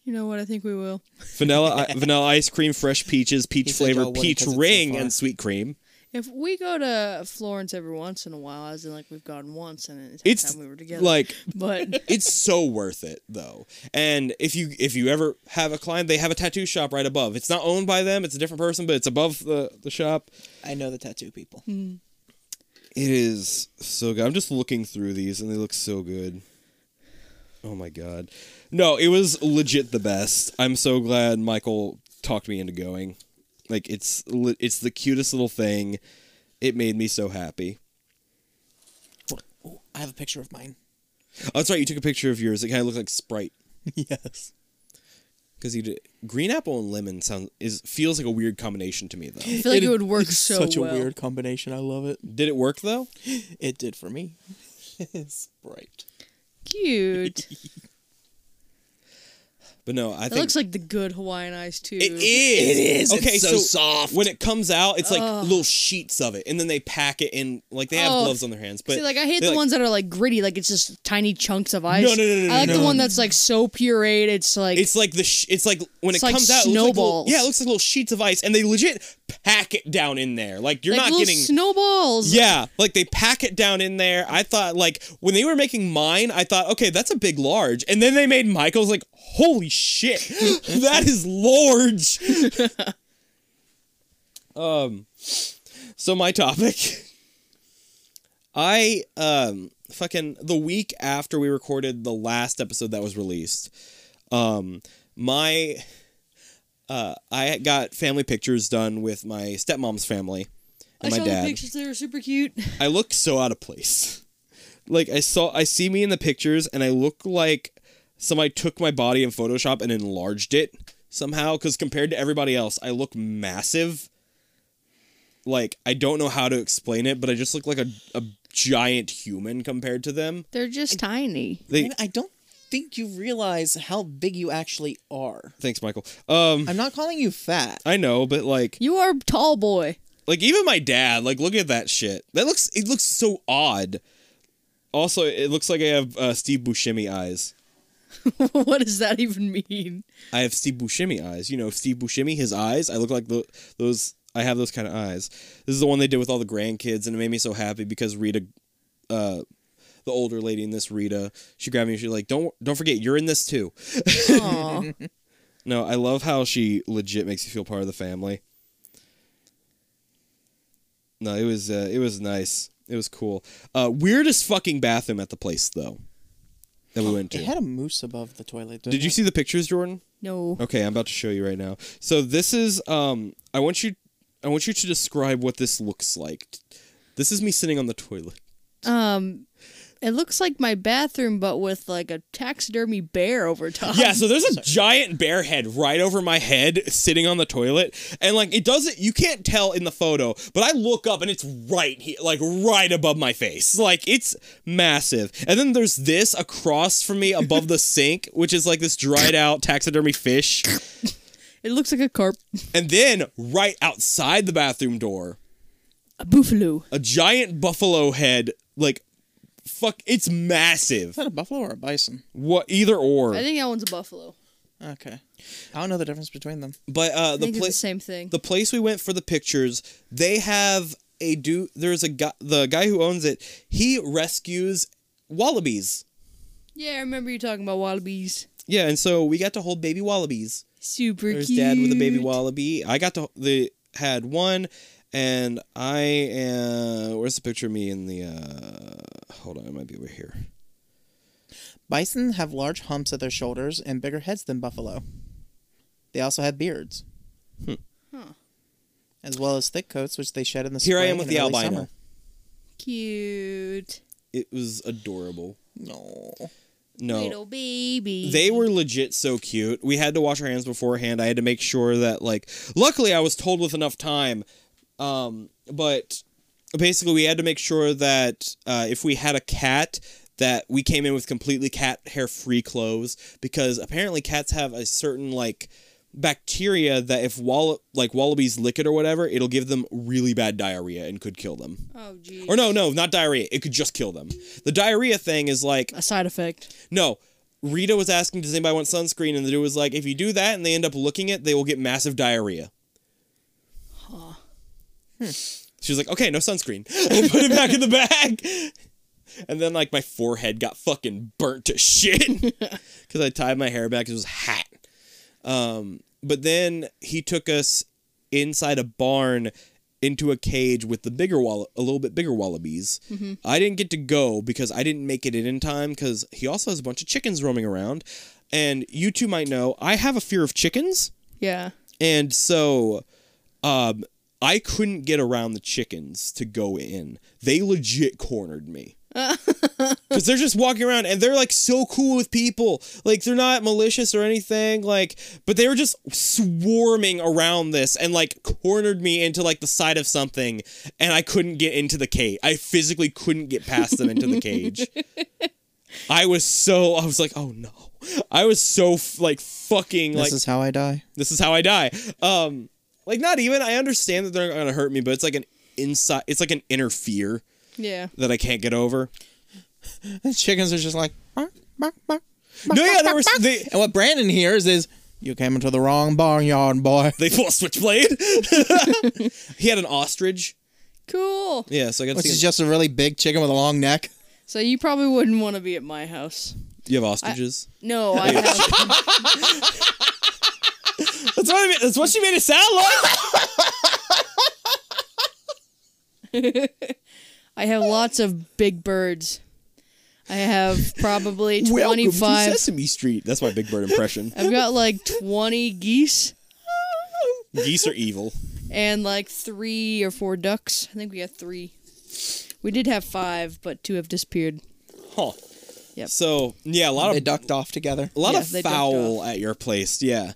You know what? I think we will.
vanilla vanilla ice cream, fresh peaches, peach
He said y'all
flavor,
wouldn't
peach
'cause it's so
ring,
far.
and sweet cream.
If we go to Florence every once in a while, as in like we've gone once and it's, the
It's
time we were together.
like
but
it's so worth it though. And if you if you ever have a client, they have a tattoo shop right above. It's not owned by them; it's a different person, but it's above the the shop.
I know the tattoo people.
It is so good. I'm just looking through these, and they look so good. Oh my god! No, it was legit the best. I'm so glad Michael talked me into going. Like it's li- it's the cutest little thing. It made me so happy.
Ooh, I have a picture of mine.
Oh, that's right. You took a picture of yours. It kind of looked like Sprite.
yes.
Because you did green apple and lemon sound is feels like a weird combination to me though.
I feel like it,
is-
would work
it's
so
such
well.
a weird combination. I love it.
Did it work though?
It did for me. Sprite.
Cute.
But no, I
It
think
looks like the good Hawaiian ice too.
it is.
It is. It's so soft.
When it comes out, it's like little sheets of it, and then they pack it in. Like they have
Oh.
gloves on their hands, but
See, like I hate
they,
the ones that are like gritty, like it's just tiny chunks of ice.
No, no, no, no,
I like
no,
the
no.
one that's like so pureed, it's like
It's like the. Sh- it's like when
It's
it
like
comes out, it looks like little-
snowballs.
yeah, it looks like little sheets of ice, and they legit pack it down in there. Like you're
like
not
little
getting.
snowballs.
Yeah, like they pack it down in there. I thought like when they were making mine, I thought, okay, that's a big large. And then they made Michael's like, holy shit, that is large. um so my topic. I um fucking the week after we recorded the last episode that was released, um my uh I got family pictures done with my stepmom's family.
I
And my
saw
dad.
the pictures; they were super cute.
I look so out of place. Like I saw I see me in the pictures and I look like somebody took my body in Photoshop and enlarged it somehow cuz compared to everybody else I look massive. Like I don't know how to explain it, but I just look like a, a giant human compared to them.
They're just tiny.
They
And I don't think you realize how big you actually are.
Thanks Michael. Um
I'm not calling you fat.
I know, but like
You are a tall boy.
like even my dad like look at that shit. That looks it looks so odd. Also, it looks like I have uh, Steve Buscemi eyes.
what does that even mean?
I have Steve Buscemi eyes. You know, Steve Buscemi, his eyes. I look like tho- those. I have those kind of eyes. This is the one they did with all the grandkids, and it made me so happy because Rita, uh, the older lady in this, Rita, she grabbed me. and She's like, "Don't don't forget, you're in this too."
Aw.
No, I love how she legit makes you feel part of the family. No, it was uh, it was nice. It was cool. Uh, weirdest fucking bathroom at the place though that we went
It
to.
had a moose above the toilet. didn't
Did you
it?
see the pictures, Jordan?
no.
Okay, I'm about to show you right now. So this is um I want you I want you to describe what this looks like. This is me sitting on the toilet.
Um, it looks like my bathroom, but with like a taxidermy bear over top.
Yeah, so there's a giant bear head right over my head sitting on the toilet. And like it doesn't you can't tell in the photo, but I look up and it's right here like right above my face. Like it's massive. And then there's this across from me above the sink, which is like this dried out taxidermy fish.
It looks like a carp,
And then right outside the bathroom door
a buffalo.
a giant buffalo head like fuck it's massive
Is that a buffalo or a bison?
what either or
I think that one's a buffalo.
Okay. I don't know the difference between them.
but uh
I
the
think it's the
place
same thing.
the place we went for the pictures they have a do there's a guy the guy who owns it he rescues wallabies
yeah, I remember you talking about wallabies.
yeah and so we got to hold baby wallabies
Super
there's
cute.
dad with a baby wallaby i got to the had one and i am where's the picture of me in the uh hold on it might be over here
Bison have large humps at their shoulders and bigger heads than buffalo. They also have beards. Hmm. As well as thick coats, which they shed in the
Here I
spring
am with
and
the
early
albino.
summer.
Cute
it was adorable
No.
no
little baby.
Oh. They were legit so cute. We had to wash our hands beforehand. I had to make sure that like luckily I was told with enough time. Um but basically we had to make sure that uh, if we had a cat that we came in with completely cat hair free clothes because apparently cats have a certain like bacteria that if wall like wallabies lick it or whatever, it'll give them really bad diarrhea and could kill them.
Oh geez.
Or no, no, not diarrhea. It could just kill them. The diarrhea thing is like
A side effect.
no. Rita was asking, does anybody want sunscreen? And the dude was like, if you do that and they end up looking it, they will get massive diarrhea. She was like, okay, no sunscreen. And put it back in the bag. And then, like, my forehead got fucking burnt to shit because I tied my hair back. It was hot. Um, but then he took us inside a barn into a cage with the bigger wall, a little bit bigger wallabies. I didn't get to go because I didn't make it in in time because he also has a bunch of chickens roaming around. And you two might know I have a fear of chickens.
Yeah.
And so um I couldn't get around the chickens to go in. They legit cornered me. Cuz they're just walking around and they're like so cool with people. Like they're not malicious or anything like but they were just swarming around this and like cornered me into like the side of something and I couldn't get into the cage. I physically couldn't get past them into the cage. I was so I was like, "Oh no." I was so f- like fucking
This
like
is how I die.
this is how I die. Um, like not even I understand that they're not gonna hurt me, but it's like an inside, it's like an inner fear
Yeah.
that I can't get over.
The chickens are just like. "Bark, bark, bark, bark,
No, yeah, there
bark, bark,
was-
bark."
they-
And what Brandon hears is, "You came into the wrong barnyard, boy."
They pull a switchblade. he had an ostrich.
Cool.
Yeah, so I got to
Which is
see.
just a really big chicken with a long neck.
So you probably wouldn't want to be at my house.
you have ostriches.
No, I have.
that's what I mean, that's what she made it sound like.
I have lots of big birds. I have probably 25.
Sesame Street. That's my Big Bird impression.
I've got like 20 geese
Geese are evil.
and like three or four ducks. I think we got three. We did have five, but two have disappeared.
Huh.
Yep.
So yeah, a lot
They
of
ducked off together.
a lot
Yeah,
of
they ducked
foul at your place. Yeah.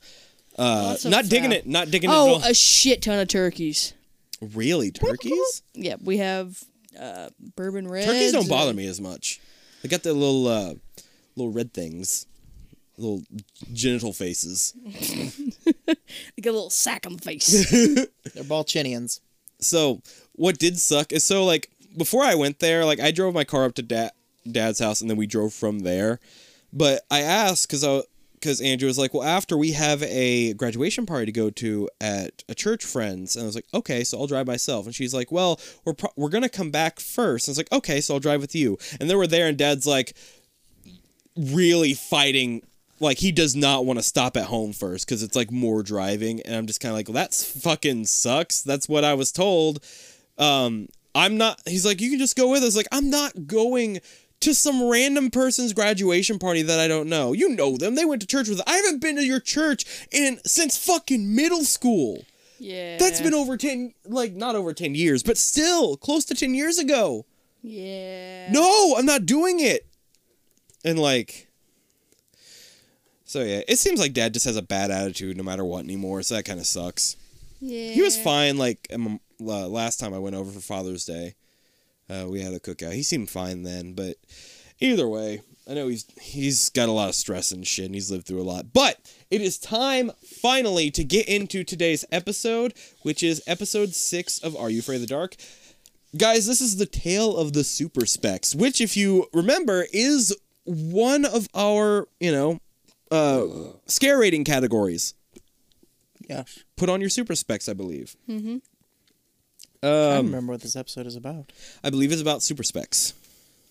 Uh,
Lots of
not digging
foul.
it. Not digging it.
Oh,
at all.
a shit ton of turkeys.
really? Turkeys?
Yep, we have uh, bourbon red.
Turkeys don't bother me as much. They got their little uh, little red things, little genital faces.
They get a little sack on the face.
They're Balchinians.
So what did suck is so like before I went there, like I drove my car up to dad dad's house and then we drove from there. But I asked because I because Andrew was like, well, after we have a graduation party to go to at a church friend's, and I was like, okay, so I'll drive myself. And she's like, well, we're pro- we're gonna come back first. And I was like, okay, so I'll drive with you. And then we're there, and Dad's like, really fighting like he does not want to stop at home first because it's like more driving and i'm just kind of like well, that's fucking sucks that's what i was told um i'm not he's like you can just go with us like i'm not going to some random person's graduation party that i don't know you know them they went to church with i haven't been to your church in since fucking middle school
yeah.
that's been over 10 like not over 10 years but still close to 10 years ago
Yeah.
no, I'm not doing it. And like, so yeah, it seems like dad just has a bad attitude no matter what anymore. So that kind of sucks.
Yeah.
He was fine. Like um, la- last time I went over for Father's Day, uh, we had a cookout. He seemed fine then, but either way, I know he's he's got a lot of stress and shit, and he's lived through a lot. But it is time finally to get into today's episode, which is episode six of Are You Afraid of the Dark? Guys, this is the tale of the super specs, which, if you remember, is one of our you know uh, scare rating categories
Yes.
put on your super specs, I believe.
I don't remember what this episode is about.
I believe it's about super specs.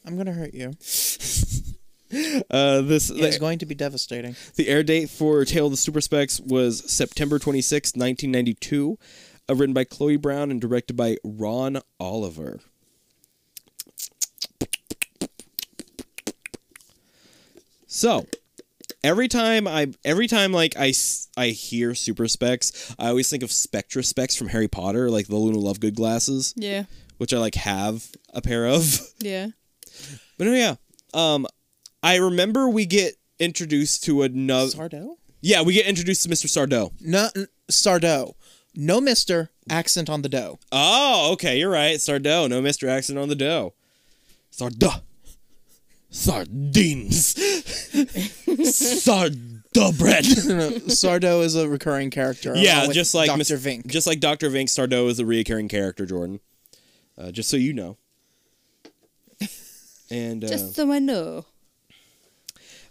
I'm gonna hurt you.
Uh, this
It's
the,
going to be devastating.
the air date for Tale of the Super Specs was September 26, 1992, uh, written by Chloe Brown and directed by Ron Oliver. So, every time I every time like I s- I hear super specs, I always think of Spectra specs from Harry Potter, like the Luna Lovegood glasses,
Yeah.
which I like have a pair of.
Yeah.
But no, yeah. Um, I remember we get introduced to another.
Sardo?
Yeah, we get introduced to Mr. Sardo.
Oh. No, n- Sardo. No, Mister. Accent on the dough.
Oh, okay, you're right. Sardo, no Mr. Accent on the dough. Sarda. Sardines. Sarda bread.
Sardo is a recurring character.
yeah,
along with
just like
Dr.
Mr.
Vink.
Just like Dr. Vink, Sardo is a reoccurring character, Jordan. Uh, just so you know. And uh,
Just so I know.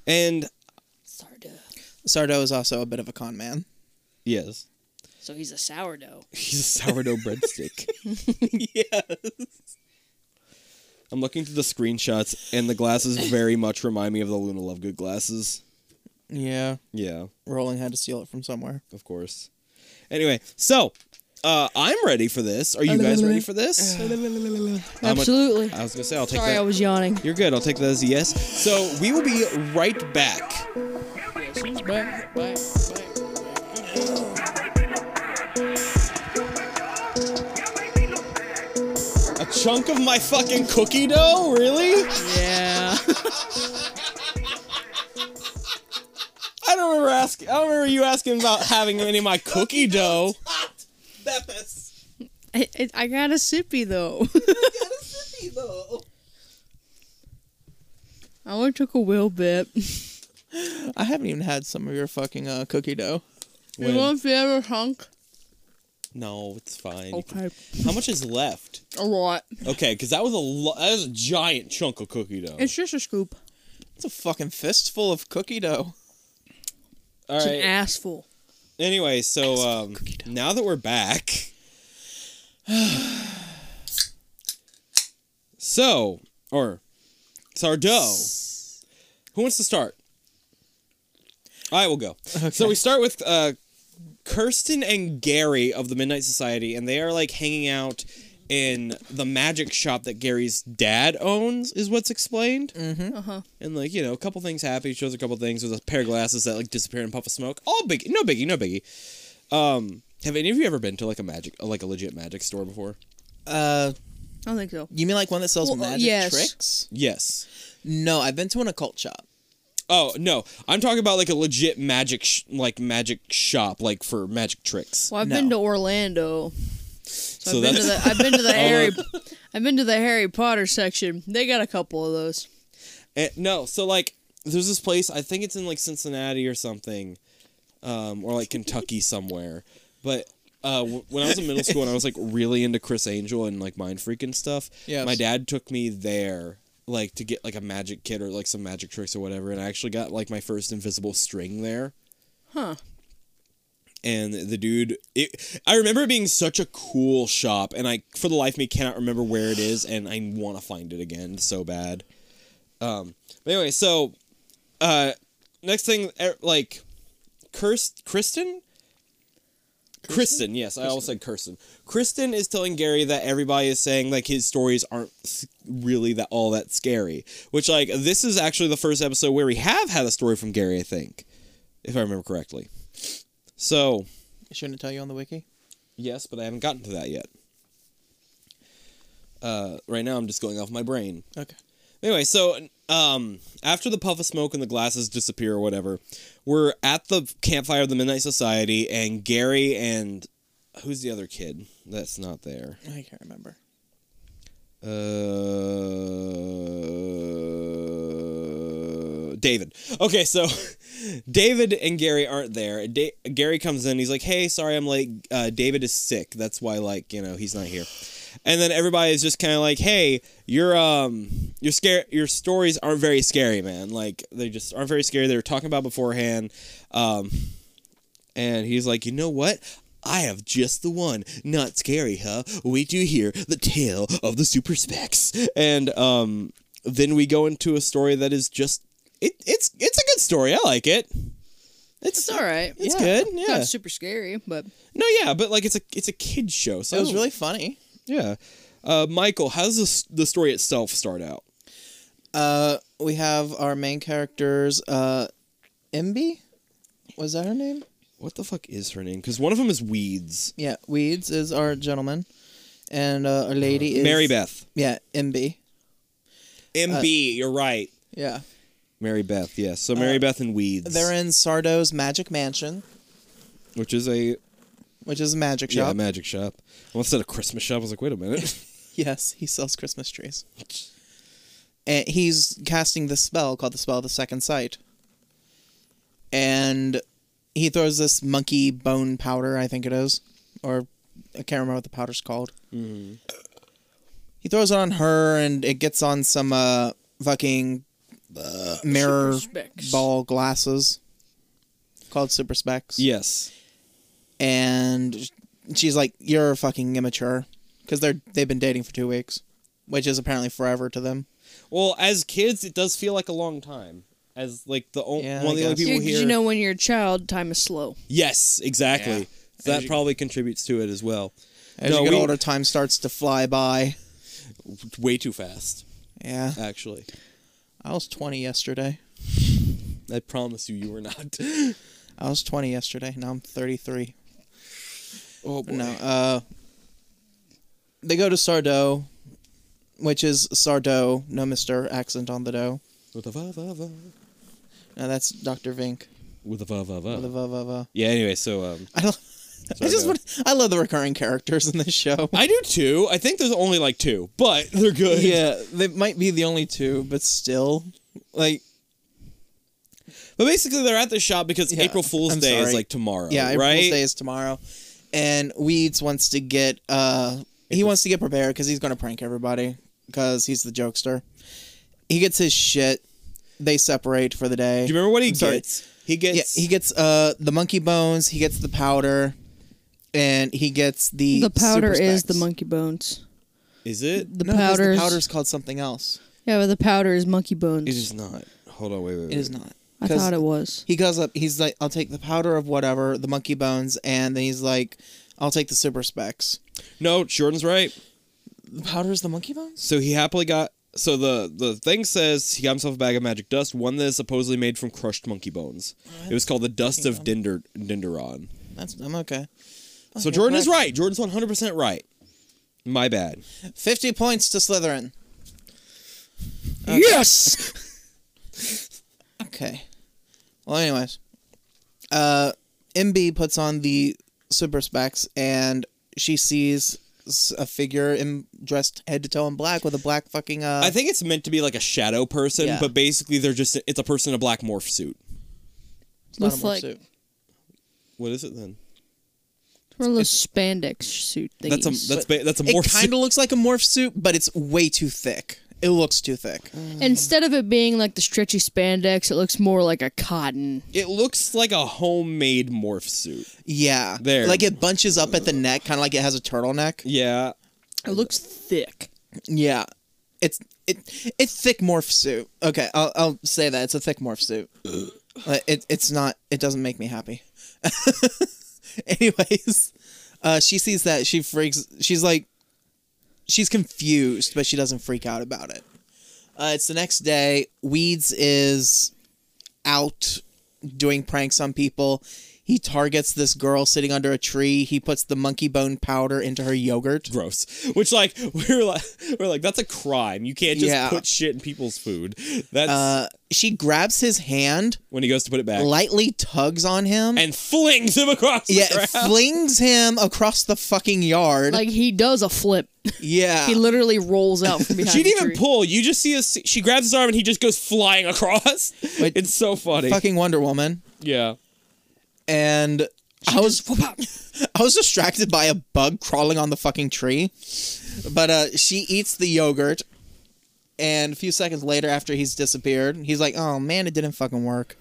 and
Sardo.
Sardo is also a bit of a con man.
yes.
So he's a sourdough.
He's a sourdough breadstick. yes. I'm looking through the screenshots, and the glasses very much remind me of the Luna Lovegood glasses.
Yeah.
Yeah,
Rowling had to steal it from somewhere.
of course. Anyway, so uh, I'm ready for this. Are you guys ready for this? I'm a-
Absolutely.
I was gonna say I'll take
Uh, Sorry,
that.
I was yawning.
You're good. I'll take that as a yes. So we will be right back. A chunk of my fucking cookie dough, really?
Yeah.
I don't remember asking. I don't remember you asking about having any of my cookie dough.
I, I- I got a sippy though. I only took a little bit.
I haven't even had some of your fucking uh, cookie dough.
You want to ever hunk?
No, it's fine. You can-
Okay.
How much is left?
A lot.
Okay, because that was a lo- that was a giant chunk of cookie dough.
It's just a scoop.
It's a fucking fistful of cookie dough.
All
It's
right.
an assful.
Anyway, so um, now that we're back, so or Sardo, who wants to start? I will go. So we start with uh, Kirsten and Gary of the Midnight Society, and they are like hanging out in the magic shop that Gary's dad owns, is what's explained.
Uh huh.
And like you know, a couple things happen. He shows a couple things. There's a pair of glasses that like disappear in a puff of smoke. All big, no biggie, no biggie. Um, have any of you ever been to like a magic, like a legit magic store before?
Uh,
I don't think so.
you mean like one that sells
Well, uh,
magic
yes.
tricks?
Yes.
No, I've been to an occult shop.
Oh no, I'm talking about like a legit magic, sh- like magic shop, like for magic tricks.
Well, I've
No.
been to Orlando. So,
So
I've been to the
that's-
I've been to the Harry
look.
I've been to the Harry Potter section. They got a couple of those.
Eh, no, so like there's this place. I think it's in like Cincinnati or something, um, or like Kentucky somewhere. But uh, w- when I was in middle school and I was like really into Chris Angel and like Mind Freak and stuff,
Yes.
my dad took me there like to get like a magic kit or like some magic tricks or whatever, and I actually got like my first invisible string there.
Huh.
And the dude, it, I remember it being such a cool shop, and I for the life of me cannot remember where it is, and I want to find it again so bad. But anyway, so uh next thing er, like Kirst Kristen Kristen, yes, I always said Kirsten. Kristen is telling Gary that everybody is saying like his stories aren't s- really that all that scary. Which like this is actually the first episode where we have had a story from Gary, I think, if I remember correctly. So
Shouldn't it tell you on the wiki?
yes, but I haven't gotten to that yet. Uh, right now, I'm just going off my brain.
Okay.
Anyway, so um, after the puff of smoke and the glasses disappear or whatever, we're at the campfire of the Midnight Society, and Gary and who's the other kid that's not there?
I can't remember.
Uh, David. Okay, so David and Gary aren't there. Da- Gary comes in. He's like, "Hey, sorry I'm late. Uh, David is sick. That's why, like, you know, he's not here." And then everybody is just kind of like, "Hey, your um, your scare, your stories aren't very scary, man. Like, they just aren't very scary. They were talking about beforehand." Um, and he's like, you know what? I have just the one. Not scary, huh? Wait till you hear the tale of the super specs. And um, then we go into a story that is just it, it's it's a good story. I like it. It's,
It's all right.
It's
Yeah.
good.
It's
Yeah.
not super scary, but
no, yeah, but like it's a it's a kids show. So
It
Oh,
was really funny.
yeah. Uh, Michael, how does this, the story itself start out?
Uh, we have our main characters. Uh, Emby, was that her name?
What the fuck is her name? Because one of them is Weeds.
Yeah, Weeds is our gentleman, and uh, our lady is
Mary Beth.
Yeah, Emby.
MB, you're right.
Yeah,
Mary Beth, yes. So Mary Beth and Weeds,
Uh, they're in Sardo's Magic Mansion,
which is a
which is a magic
Yeah,
shop.
a magic shop. Well, instead of Christmas shop, I was like, wait a minute.
Yes, he sells Christmas trees. And he's casting this spell called the Spell of the Second Sight. And he throws this monkey bone powder, I think it is. Or I can't remember what the powder's called.
Mm-hmm.
He throws it on her and it gets on some uh, fucking uh, mirror
Super specs.
ball glasses called Super Specs.
yes.
and she's like, "You're fucking immature," because they're they've been dating for two weeks, which is apparently forever to them.
Well, as kids, it does feel like a long time. As like the only
Yeah,
one of
I
the only
guess.
people
You,
here.
you know, when you're a child, time is slow.
yes, exactly.
Yeah.
So that
As you-
probably contributes to it as well.
As
no,
you get
we-
older, time starts to fly by.
way too fast.
Yeah,
Actually,
I was 20 yesterday.
I promise you, you were not.
I was 20 yesterday. Now I'm 33.
oh
No. Uh, they go to Sardo, which is Sardo, no Mister accent on the dough.
With a va va va.
No, that's Doctor Vink.
With a va va va.
The va va va.
Yeah. Anyway, so um,
I don't. I just
Sardo.
want. I love the recurring characters in this show.
I do too. I think there's only like two, but they're good.
yeah, they might be the only two, but still, like,
But basically, they're at the shop because
Yeah,
April Fool's
I'm
Day is
sorry.
like tomorrow.
yeah, April
right.
Fool's Day is tomorrow, and Weeds wants to get. uh He wants to get prepared because he's going to prank everybody because he's the jokester. He gets his shit. They separate for the day.
Do you remember what he
I'm sorry.
gets? He gets.
yeah, he gets uh the monkey bones, he gets the powder, and he gets the
The powder
super
is the
specs.
monkey bones.
is it?
The
No, 'cause
powders.
The powder's called something else.
Yeah, but the powder is monkey bones.
It is not. Hold on. Wait. Wait. wait.
It is not.
I
'Cause
thought it was.
He goes up. He's like, "I'll take the powder of whatever, the monkey bones," and then he's like, "I'll take the super specs."
No, Jordan's right.
The powder's the monkey bones.
So he happily got. So the the thing says he got himself a bag of magic dust, one that is supposedly made from crushed monkey bones. It was called the dust of Dinder Dinderon.
That's I'm okay.
So
Fucking
Jordan is
correct.
right. Jordan's one hundred percent right. My bad.
Fifty points to Slytherin.
Yes.
Okay. Well, anyways, uh, MB puts on the super specs and she sees s- a figure in dressed head to toe in black with a black fucking. Uh,
I think it's meant to be like a shadow person,
Yeah.
but basically they're just it's a person in a black morph suit.
it's not a
With,
morph
like,
suit.
What is it then?
One of those spandex suit things.
That's a that's ba- that's a
It
morph
kind
suit.
of looks like a morph suit, but it's way too thick. It looks too thick.
Mm.
Instead of it being like the stretchy spandex, it looks more like a cotton.
It looks like a homemade morph suit.
Yeah,
There.
Like it bunches up at the neck, kind of like it has a turtleneck.
Yeah.
It looks thick.
Yeah, it's it it's thick morph suit. Okay, I'll I'll say that it's a thick morph suit. Like, it it's not. It doesn't make me happy. Anyways, uh, she sees that she freaks. She's like, she's confused, but she doesn't freak out about it. Uh, it's the next day. Weeds is out doing pranks on people. He targets this girl sitting under a tree. He puts the monkey bone powder into her yogurt.
Gross. Which like we're like we're like that's a crime. You can't just
Yeah.
put shit in people's food. That's
Uh, she grabs his hand,
when he goes to put it back
lightly tugs on him,
and flings him across
yeah,
the ground.
flings him across the fucking yard.
Like he does a flip.
yeah,
He literally rolls out from behind.
she
the
didn't even
tree.
pull. You just see us. She grabs his arm and he just goes flying across.
Like,
it's so funny.
fucking Wonder Woman.
Yeah.
And I was I was distracted by a bug crawling on the fucking tree, but uh, she eats the yogurt. And a few seconds later, after he's disappeared, he's like, "Oh man, it didn't fucking work."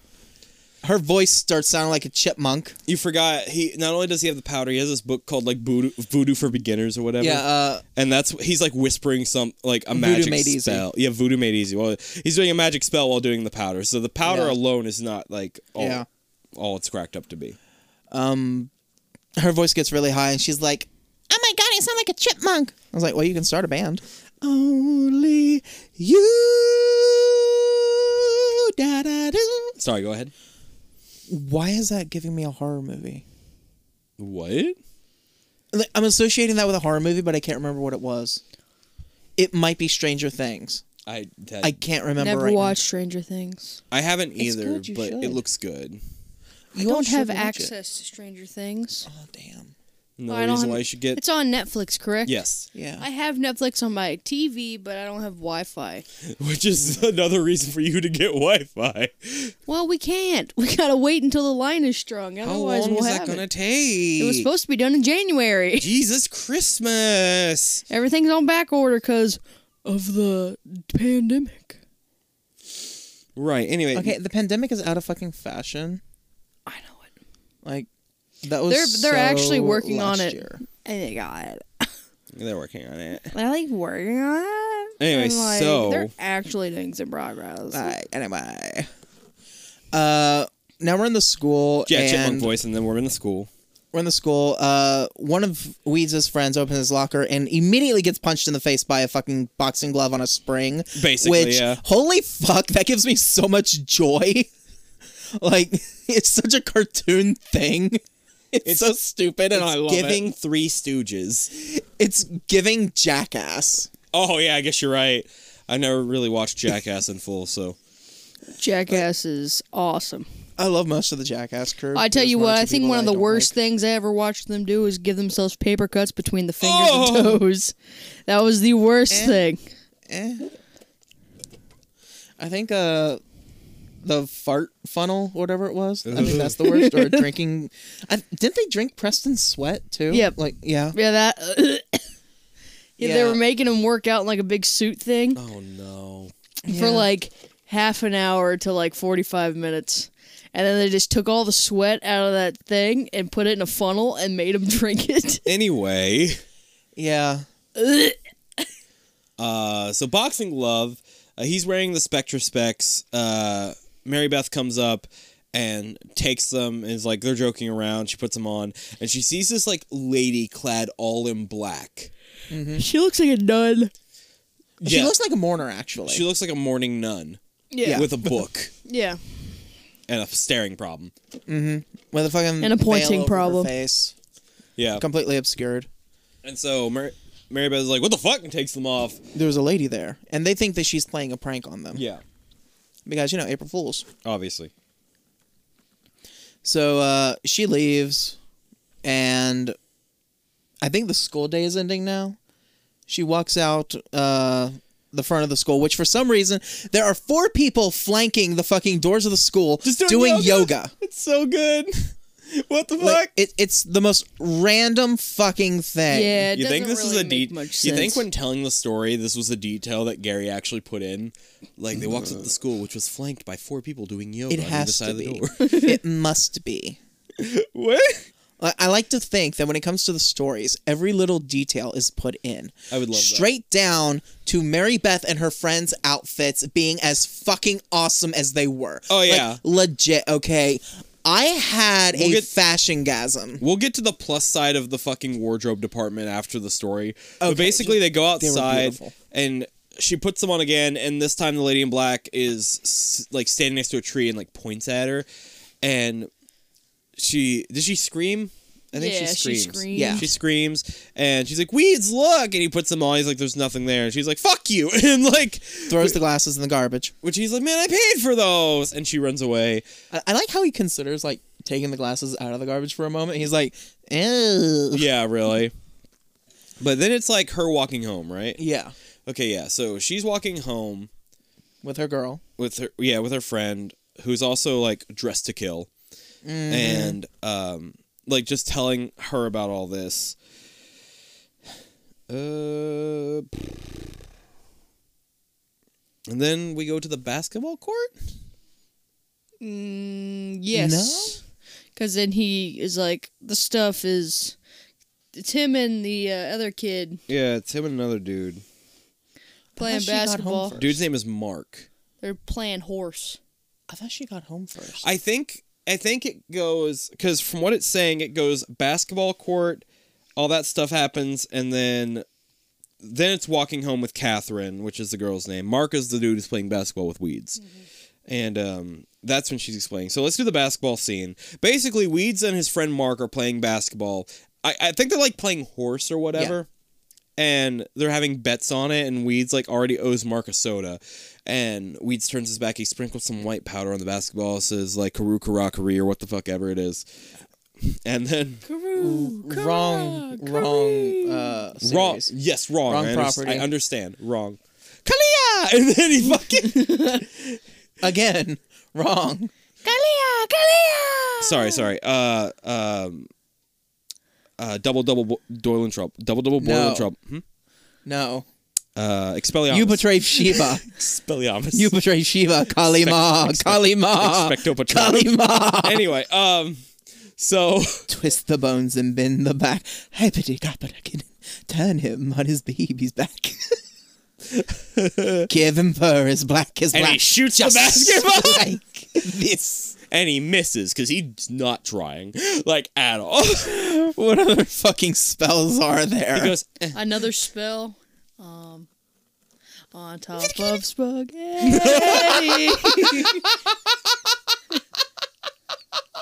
Her voice starts sounding like a chipmunk.
You forgot he not only does he have the powder, he has this book called like Voodoo, Voodoo for Beginners or whatever.
Yeah, uh,
and that's he's like whispering some like a magic
Made Easy.
spell. Yeah, Voodoo made easy. Well, he's doing a magic spell while doing the powder, so the powder
Yeah.
alone is not like all,
Yeah.
all it's cracked up to be.
her voice gets really high and she's like, Oh my god, you sound like a chipmunk. I was like, Well, you can start a band. Only you. Da, da, do.
Sorry, go ahead.
Why is that giving me a horror movie?
What?
Like, I'm associating that with a horror movie, but I can't remember what it was. It might be Stranger Things.
I that,
I
I,
can't remember.
Never
right now.
watched Stranger Things.
haven't either,
good, you
but it
should.
looks good.
I
all
don't
should
have
watch it.
access to Stranger Things.
Oh damn.
No
I don't
reason
have-
why you should get
It's on Netflix, correct?
yes,
Yeah.
I have Netflix on my TV, but I don't have Wi-Fi.
which is another reason for you to get Wi-Fi.
Well, we can't. We gotta wait until the line is strung. Otherwise, we'll have it.
take?
It was supposed to be done in January.
Jesus Christmas.
Everything's on back order because of the pandemic.
Right. Anyway.
okay, the pandemic is out of fucking fashion.
I know it.
Like That was
They're- they're actually
so
working
last
on it.
year.
I got
They're working on it.
I like working on it.
Anyway,
And, like,
so-
they're actually things in progress.
Right, anyway. Uh, now we're in the school.
Yeah,
and
chipmunk voice, and then we're in the school.
We're in the school. Uh, one of Weeds' friends opens his locker and immediately gets punched in the face by a fucking boxing glove on a spring.
Basically,
which,
yeah.
holy fuck, that gives me so much joy. like, it's such a cartoon thing. It's, so stupid, and I love
giving
it.
Three Stooges.
It's giving jackass.
Oh yeah, I guess you're right. I never really watched Jackass in full, so
Jackass is awesome.
I love most of the jackass crew.
I tell
There's
you
one or
what,
two
I think
people
one
that
of the
don't
worst
like.
things I ever watched them do is give themselves paper cuts between the fingers
Oh!
and toes. That was the worst thing.
Eh. I think uh, the fart funnel, whatever it was. I think that's the worst. Or drinking. I, didn't they drink Preston sweat too?
Yep.
Like yeah.
Yeah, that. Yeah, They
Yeah.
were making him work out in like a big suit thing
Oh no.
for like half an hour to like 45 minutes. And then they just took all the sweat out of that thing and put it in a funnel and made him drink it.
Anyway,
Yeah.
uh, so boxing love. Uh, he's wearing the Spectra specs. Uh, Mary Beth comes up and takes them and is like they're joking around. She puts them on and she sees this like lady clad all in black.
Mm-hmm.
she looks like a nun.
She
Yeah.
looks like a mourner actually.
She looks like a morning nun
Yeah.
with a book
yeah.
and a staring problem.
with a fucking
And a pointing
veil over her
problem.
face
Yeah.
completely obscured.
And so Mar- Mary Beth's like, "What the fuck?" and takes them off.
There was a lady there, and they think that she's playing a prank on them.
Yeah,
Because you know April Fools.
obviously.
So uh, she leaves, and I think the school day is ending now. She walks out uh, the front of the school, which for some reason there are four people flanking the fucking doors of the school yoga.
It's so good. What the
Like,
fuck?
it, it's the most random fucking thing.
Yeah. It
you think
doesn't
this
really
is a
make
detail?
much
You think
sense.
when telling the story, this was a detail that Gary actually put in? Like they walked up to
Mm.
the school, which was flanked by four people doing yoga
It
on either
has
side
to
of the
be.
door.
it must be.
what?
I I like to think that when it comes to the stories, every little detail is put in.
I would love that.
straight down to Mary Beth and her friends' outfits being as fucking awesome as they were.
Oh,
Like,
yeah.
legit. Okay, I had
We'll
a
get-
fashion gasm.
We'll get to the plus side of the fucking wardrobe department after the story. but basically, they go
were
outside
beautiful.
and she puts them on again, and this time the lady in black is s- like standing next to a tree and like points at her, and she did she scream? I think
Yeah,
she
she
screams.
screams.
Yeah.
she screams, and she's like, "Weeds, look!" And he puts them on. He's like, "There's nothing there," and she's like, "Fuck you!" And like,
Throws the glasses in the garbage.
which he's like, "Man, I paid for those," and she runs away.
I, I like how he considers like taking the glasses out of the garbage for a moment. He's like, ew.
Yeah, really. But then it's like her walking home, right?
Yeah,
Okay, yeah. So she's walking home
with her girl.
with her, yeah, with her friend who's also like dressed to kill, Mm-hmm. and um, like just telling her about all this. Uh, and then we go to the basketball court.
Mm, yes. Because then he is like, the stuff is. It's him and the uh, other kid
Yeah, it's him and another dude.
playing
she got home
basketball.
first.
Dude's name is Mark.
They're playing horse.
I thought she got home first.
I think I think it goes because from what it's saying, it goes basketball court, all that stuff happens, and then then it's walking home with Catherine, which is the girl's name. Mark is the dude who's playing basketball with Weeds, and um, that's when she's explaining. So let's do the basketball scene. Basically, Weeds and his friend Mark are playing basketball. I, I think they're like playing horse or whatever and they're having bets on it and weeds like already owes mark a soda and weeds turns his back he sprinkles some white powder on the basketball says like karu karakari or what the fuck ever it is and then
wrong, wrong, uh,
wrong
series.
yes wrong,
Wrong
I, underst-
property.
I understand wrong kalia and then he fucking
again. Wrong.
Kalia! Kalia!
sorry sorry uh um uh, double double bo- Doylen Trump. Double double Boylan
No.
Trump. Hmm?
No,
Uh, Expelliarmus.
you betrayed Sheba.
Expelliarmus.
You betray Shiva, Kalima,
expect-
Kalima,
Expecto Patronum.
Kalima.
anyway, um, So
Twist the bones and bend the back. Hippity cappity Turn him on his baby's back. Give him fur as black as
And he
black.
shoots the
just
basketball.
Like this.
and he misses because he's not trying like at all.
What other fucking spells are there?
He goes, "Eh."
Another spell. Um, on top of spaghetti.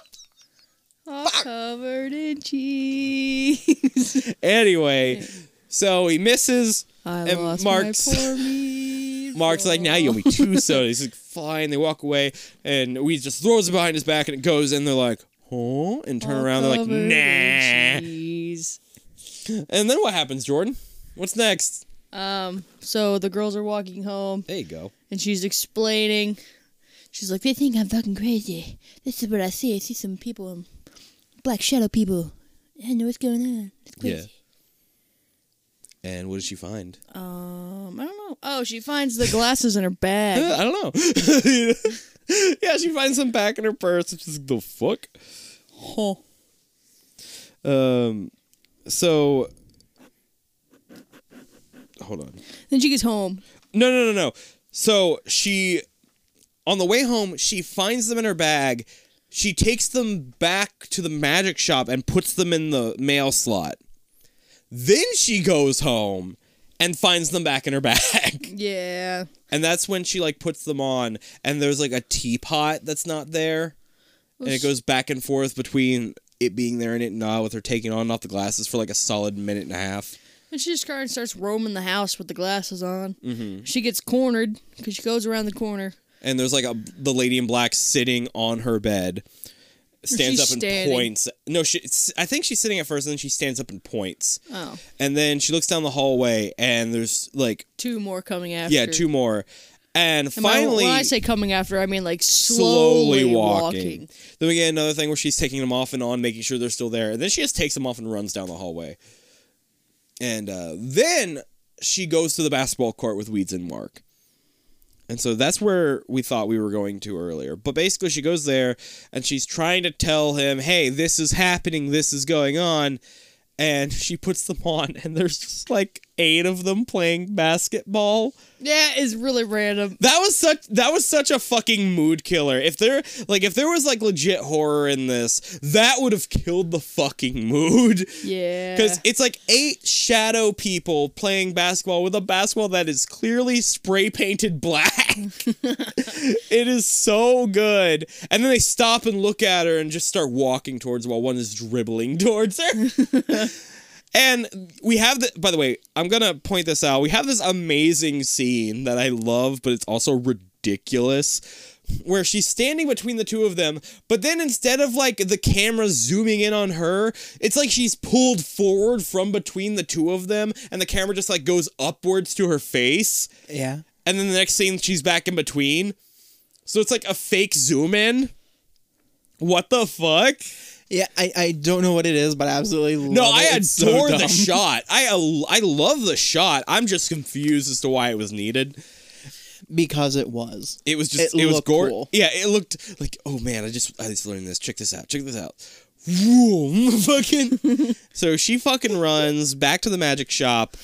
All covered in cheese.
anyway, so he misses.
I
And
lost
Mark's-
my poor meat.
Mark's like, now you owe me two sodas. He's like, fine. They walk away, and we just throws it behind his back, and it goes, and they're like, huh? And turn
All
around, they're like,
covered in
nah.
cheese.
And then what happens, Jordan? What's next?
Um, so the girls are walking home,
There you go.
and she's explaining. She's like,
They think I'm fucking crazy. This is what I see. I see some people, um, black shadow people. I know what's going on. It's crazy.
And what does she find?
um, I don't know. Oh, she finds the glasses in her bag.
I don't know. yeah, she finds them back in her purse. It's just the fuck.
Huh.
Um, so hold on.
Then she gets home.
No, no, no, no. So she, on the way home, she finds them in her bag. She takes them back to the magic shop and puts them in the mail slot. Then she goes home and finds them back in her bag.
Yeah.
And that's when she like puts them on and there's like a teapot that's not there. And it goes back and forth between it being there and it not with her taking on and off the glasses for like a solid minute and a half.
And she just kind of starts roaming the house with the glasses on. Mm-hmm. She gets cornered because she goes around the corner.
and there's like a the lady in black sitting on her bed stands
She's
up and
standing.
points no she it's- i think she's sitting at first and then she stands up and points
Oh,
and then she looks down the hallway and there's like
two more coming after.
yeah two more and
And by-
finally
when I say coming after, I mean like slowly,
slowly, walking.
walking.
then we get another thing where she's taking them off and on making sure they're still there and then she just takes them off and runs down the hallway and uh, then she goes to the basketball court with weeds and mark and so that's where we thought we were going to earlier. But basically, she goes there and she's trying to tell him, hey, this is happening, this is going on. And she puts them on, and there's just like eight of them playing basketball.
That is really random.
That was such that was such a fucking mood killer. If there like if there was like legit horror in this, that would have killed the fucking mood.
Yeah.
Because it's like eight shadow people playing basketball with a basketball that is clearly spray painted black. it is so good. And then they stop and look at her and just start walking towards her while one is dribbling towards her. and we have the, by the way, I'm going to point this out. We have this amazing scene that I love, but it's also ridiculous. Where she's standing between the two of them, but then instead of like the camera zooming in on her, it's like she's pulled forward from between the two of them, and the camera just like goes upwards to her face
yeah.
and then the next scene she's back in between. So it's like a fake zoom in. What the fuck?
Yeah, I, I don't know what it is, but I absolutely love
No, I
it.
adore
It's so
the
dumb.
shot. I al- I love the shot. I'm just confused as to why it was needed.
because it was.
It was just
It
it, was
looked
gore.
cool.
Yeah, it looked like oh man, I just I just learned this. Check this out. Check this out. Whoom, fucking. so she fucking runs back to the magic shop,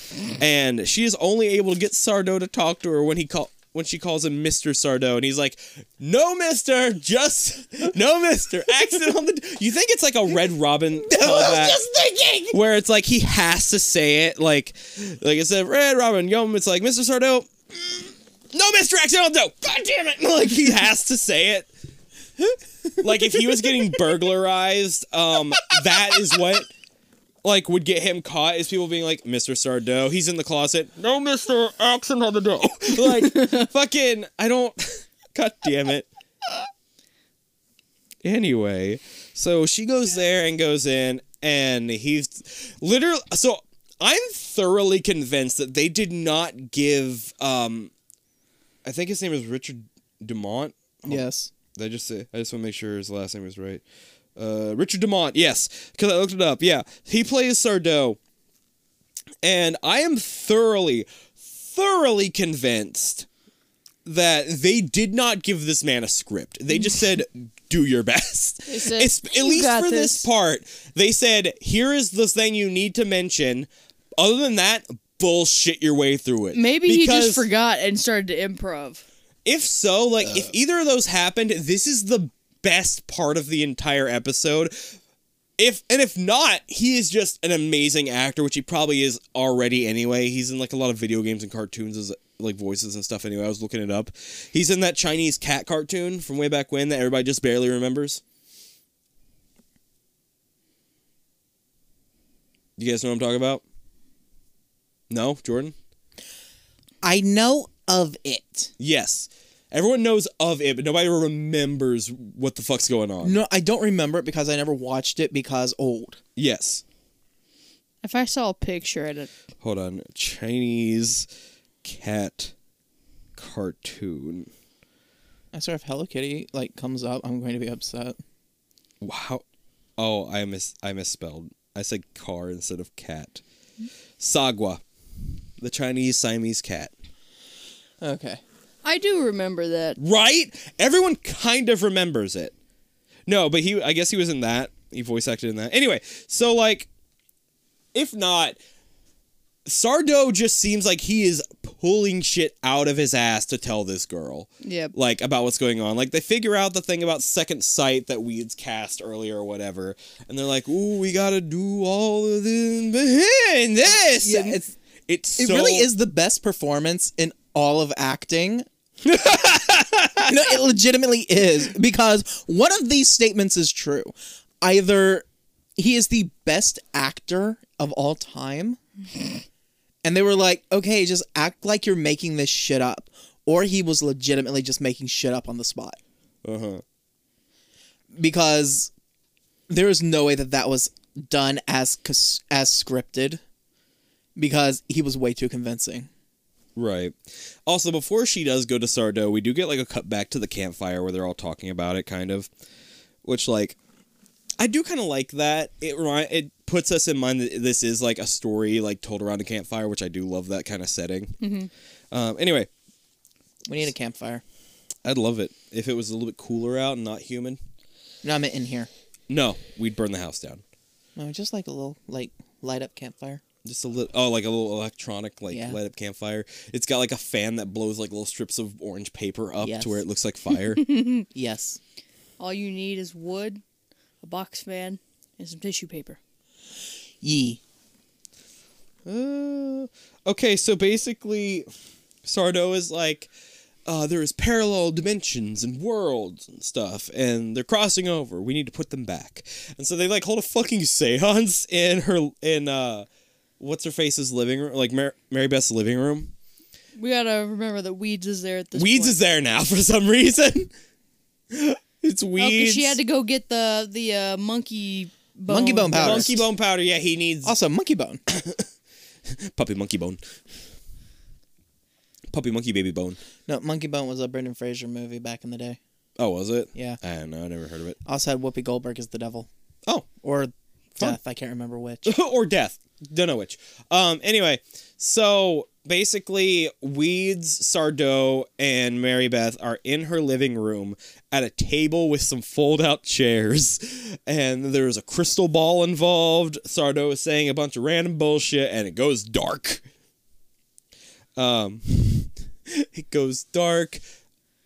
and she is only able to get Sardo to talk to her when he call when she calls him Mister Sardo, and he's like, "No, Mister, just no, Mister." Accent on the. You think it's like a Red Robin callback?
thinking.
where it's like he has to say it like like it's a red robin yum it's like mr sardo mm, no mr accidental god damn it like he has to say it like if he was getting burglarized um that is what like would get him caught is people being like mr sardo he's in the closet no mr accidental like fucking i don't god damn it Anyway, so she goes there and goes in, and he's literally. So I'm thoroughly convinced that they did not give. um I think his name is Richard Dumont.
Yes.
Did I just say? I just want to make sure his last name is right. Uh, Richard Dumont, yes, because I looked it up. Yeah, he plays Sardo, and I am thoroughly, thoroughly convinced that they did not give this man a script. They just said, do your best.
They said,
It's- at
"You
least
got
for this.
this."
part, they said, here is the thing you need to mention. Other than that, bullshit your way through it.
Maybe he just
Because
forgot and started to improv.
If so, like, if either of those happened, this is the best part of the entire episode. If and if not, he is just an amazing actor, which he probably is already anyway. He's in like a lot of video games and cartoons as like voices and stuff. Anyway, I was looking it up. He's in that Chinese cat cartoon from way back when that everybody just barely remembers. You guys know what I'm talking about? No, Jordan.
I know of it.
Yes. Everyone knows of it, but nobody remembers what the fuck's going on.
No, I don't remember it because I never watched it because old.
Yes.
If I saw a picture, I'd
Hold on. Chinese cat cartoon.
I swear, if Hello Kitty like comes up, I'm going to be upset.
Wow. Oh, I mis I misspelled. I said car instead of cat. Sagwa. The Chinese Siamese cat.
Okay.
I do remember that.
Right? Everyone kind of remembers it. No, but he I guess he was in that. He voice acted in that. Anyway, so like if not Sardo just seems like he is pulling shit out of his ass to tell this girl.
Yep.
Like about what's going on. Like they figure out the thing about second sight that Weeds cast earlier or whatever, and they're like, "Ooh, we gotta do all of this behind this."
Yeah,
and
it's-
it's
It
so-
really is the best performance in all of acting. no, it legitimately is because one of these statements is true. Either he is the best actor of all time, and they were like, okay, just act like you're making this shit up, or he was legitimately just making shit up on the spot.
Uh-huh.
because there is no way that that was done as cus- as scripted because he was way too convincing.
Right. Also, before she does go to Sardo, we do get like a cut back to the campfire where they're all talking about it, kind of. Which, like, I do kind of like that. It remind it puts us in mind that this is like a story like told around a campfire, which I do love that kind of setting.
Mm-hmm.
Um, anyway,
We need a campfire.
I'd love it if it was a little bit cooler out and not human.
No, I'm in here.
No, we'd burn the house down.
No, just like a little like light up campfire.
Just a little, oh, like a little electronic, like
Yeah.
light up campfire. It's got like a fan that blows like little strips of orange paper up
Yes.
to where it looks like fire.
Yes.
All you need is wood, a box fan, and some tissue paper.
Ye.
Uh, okay, so basically, Sardo is like, uh, there is parallel dimensions and worlds and stuff, and they're crossing over. We need to put them back. And so they like hold a fucking seance in her in uh, what's her face's living room, like Mar- Mary Beth's living room.
We gotta remember that Weeds is there at this
Weeds
point.
is there now for some reason. it's
Oh, 'cause
weeds.
she had to go get the the uh, monkey bone.
Monkey bone powder.
monkey bone powder. Yeah, he needs
Also, monkey bone.
puppy monkey bone. Puppy monkey baby bone.
no, monkey bone was a Brendan Fraser movie back in the day.
Oh, was it?
Yeah.
I don't know. I never heard of it.
Also had Whoopi Goldberg as the devil
Oh,
or
Fun.
death. I can't remember which.
or death. Don't know which. Um. Anyway, so basically, Weeds, Sardo, and Mary Beth are in her living room at a table with some fold-out chairs, and there's a crystal ball involved. Sardo is saying a bunch of random bullshit, and it goes dark. Um, it goes dark.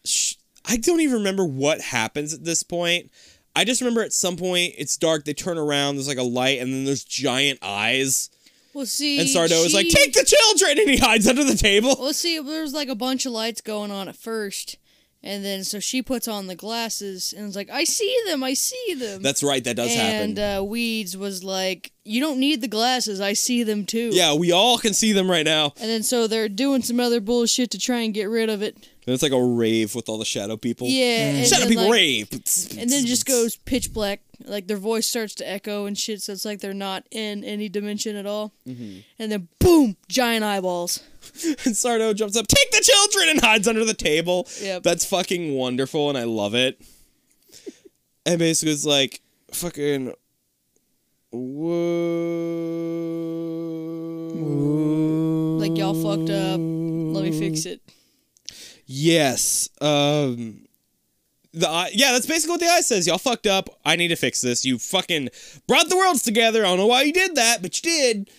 Sh- I don't even remember what happens at this point. I just remember at some point it's dark. They turn around. There's like a light, and then there's giant eyes.
Well, see,
And Sardo is like,
she-
"Take the children!" And he hides under the table.
Well, see, there was like a bunch of lights going on at first, and then so she puts on the glasses and is like, "I see them, I see them."
That's right. That does
and
happen.
uh, Weeds was like, "You don't need the glasses, I see them too."
yeah, we all can see them right now.
And then so they're doing some other bullshit to try and get rid of it.
And it's like a rave with all the shadow people.
Yeah. and
shadow
then,
people
like-
rave.
And then it just goes pitch black. Like their voice starts to echo and shit. So it's like they're not in any dimension at all. And then boom, giant eyeballs.
And Sardo jumps up, "Take the children!" and hides under the table.
Yep.
That's fucking wonderful, and I love it. and basically, it's like fucking. Whoa.
Like y'all fucked up. Let me fix it.
Yes. Um The eye, yeah, that's basically what the eye says. Y'all fucked up. I need to fix this. You fucking brought the worlds together. I don't know why you did that, but you did.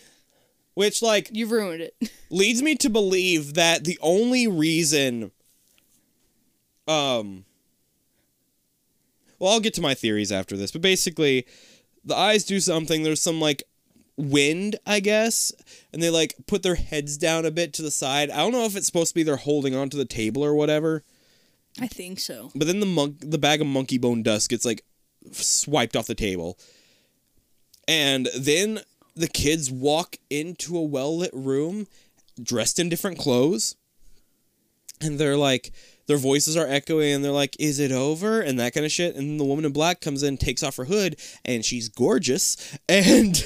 Which like
You've ruined it.
leads me to believe that the only reason um well I'll get to my theories after this, but basically the eyes do something, there's some like wind, I guess, and they like put their heads down a bit to the side. I don't know if it's supposed to be they're holding onto the table or whatever.
I think so.
But then the monk, the bag of monkey bone dust gets like swiped off the table, and then the kids walk into a well lit room, dressed in different clothes, and they're like, their voices are echoing, and they're like, "Is it over?" and that kind of shit. And then the woman in black comes in, takes off her hood, and she's gorgeous, and.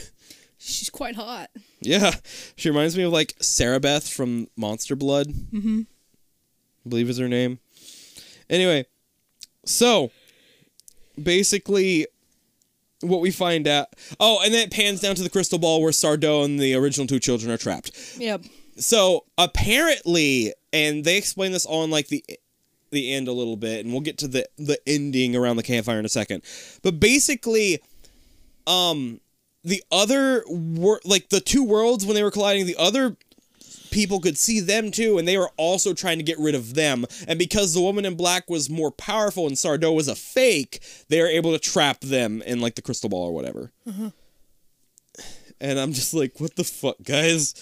She's quite hot.
Yeah, she reminds me of like Sarah Beth from Monster Blood. Mm-hmm. I believe is her name. Anyway, so basically, what we find out. Oh, and then it pans down to the crystal ball where Sardo and the original two children are trapped.
Yep.
So apparently, and they explain this on like the the end a little bit, and we'll get to the the ending around the campfire in a second. But basically, um, the other were like the two worlds when they were colliding the other people could see them too and they were also trying to get rid of them and because the woman in black was more powerful and sardo was a fake they were able to trap them in like the crystal ball or whatever and i'm just like what the fuck guys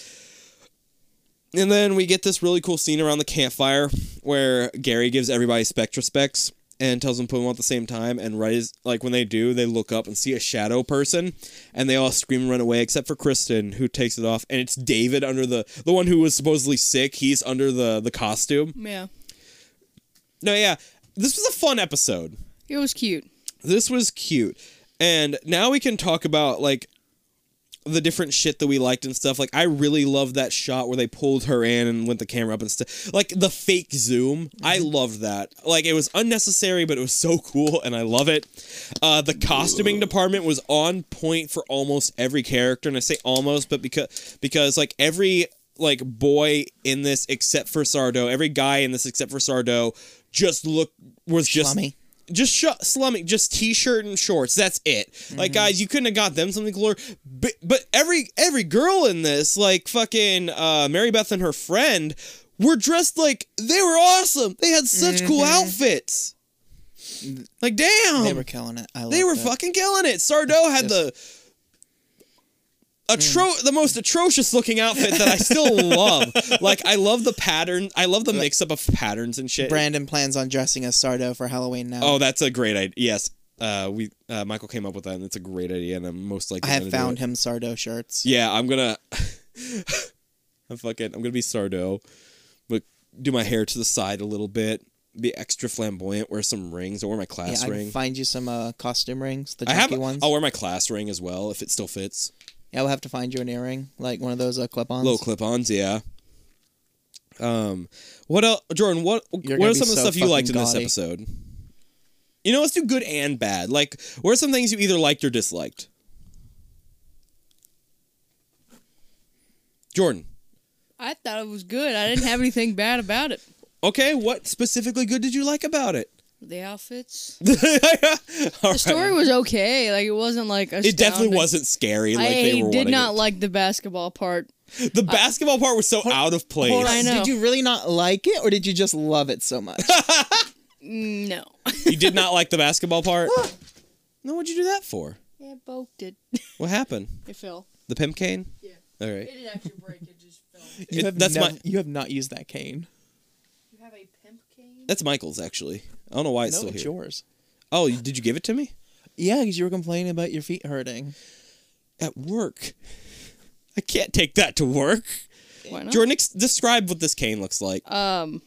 and then we get this really cool scene around the campfire where gary gives everybody spectra specs and tells them to put them on at the same time and right as like when they do they look up and see a shadow person and they all scream and run away except for kristen who takes it off and it's david under the the one who was supposedly sick he's under the the costume
Yeah.
no yeah this was a fun episode
It was cute.
this was cute and now we can talk about like the different shit that we liked and stuff like i really loved that shot where they pulled her in and went the camera up and stuff like the fake zoom i loved that like it was unnecessary but it was so cool and i love it uh, the costuming department was on point for almost every character and i say almost but because because like every like boy in this except for sardo every guy in this except for sardo just look was just
Schlummy.
just sh- slumming, just t-shirt and shorts. That's it. Like guys, you couldn't have got them something cooler. But, but every every girl in this, like fucking uh, Mary Beth and her friend, were dressed like they were awesome. They had such cool outfits. Like damn,
Mm-hmm. They were killing it. I
they were
loved it.
fucking killing it. Sardo had the atro-
Mm.
the most atrocious looking outfit that I still love. Like I love the pattern. I love the mix up of patterns and shit.
Brandon plans on dressing as Sardo for Halloween now.
Oh, that's a great idea. Yes, uh, we uh, Michael came up with that, and it's a great idea, and I'm most likely.
I have
gonna do
found
it.
him Sardo shirts.
Yeah, I'm gonna. I'm fucking. I'm gonna be Sardo, but do my hair to the side a little bit. Be extra flamboyant. Wear some rings. I'll wear my
Yeah,
class
I can
ring.
find you some uh, costume rings, the
I have. oh.
chunky ones.
I'll wear my class ring as well if it still fits.
yeah, we'll have to find you an earring, like one of those uh, clip-ons.
Little clip-ons, yeah. Um, what else, Jordan? What what
You're gonna
are
be
some of the
so
stuff you
fucking
liked in this
gaudy.
episode? You know, let's do good and bad. Like, what are some things you either liked or disliked? Jordan.
I thought it was good. I didn't have anything bad about it.
Okay, what specifically good did you like about it?
The outfits.
All
The
right.
story was okay. Like it wasn't like
It definitely
astounding.
wasn't scary. Like
I
they were
did
wanting
not
it.
like the basketball part.
the basketball part was so out of place.
Hold
I
on,
know.
did you really not like it, or did you just love it so much?
No,
You did not like the basketball part. no, what'd you do that for?
it poked it.
What happened?
It fell.
The pimp cane?
Yeah.
All right.
didn't actually break. It just fell.
You
It-
have
that's
nev-
my-
You have not used that cane.
You have a pimp cane.
That's Michael's actually. I don't know why it's
no,
still
it's
here.
yours.
Oh, you- did you give it to me
Yeah, because you were complaining about your feet hurting.
at work? I can't take that to work.
Why not?
Jordan, ex- describe what this cane looks like.
Um,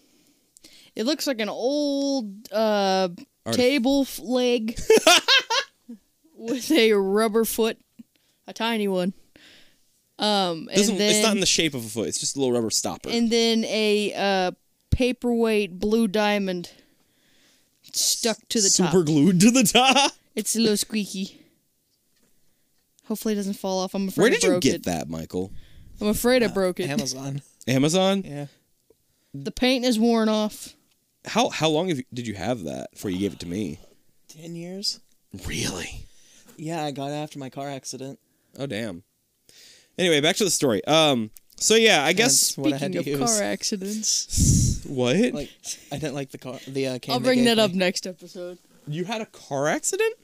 it looks like an old uh
Artif-
table f- leg with a rubber foot, a tiny one. Um, and
Doesn't-
then
it's not in the shape of a foot. It's just a little rubber stopper.
and then a uh paperweight blue diamond stuck to the
Super
top.
glued to the top.
It's a little squeaky. Hopefully, it doesn't fall off. I'm afraid.
Where
I
did you
broke
get
it.
that, Michael?
I'm afraid I broke it.
Amazon.
Amazon.
Yeah.
The paint is worn off.
How how long have you, did you have that before you gave it to me?
Ten years?
Really?
Yeah, I got it after my car accident.
Oh damn. Anyway, back to the story. Um. So yeah, I guess
That's what I had
Speaking
to
of
use.
car accidents,
what
Like I didn't like the car. The uh, cane
I'll
they
bring
gave
that
me.
up next episode.
you had a car accident?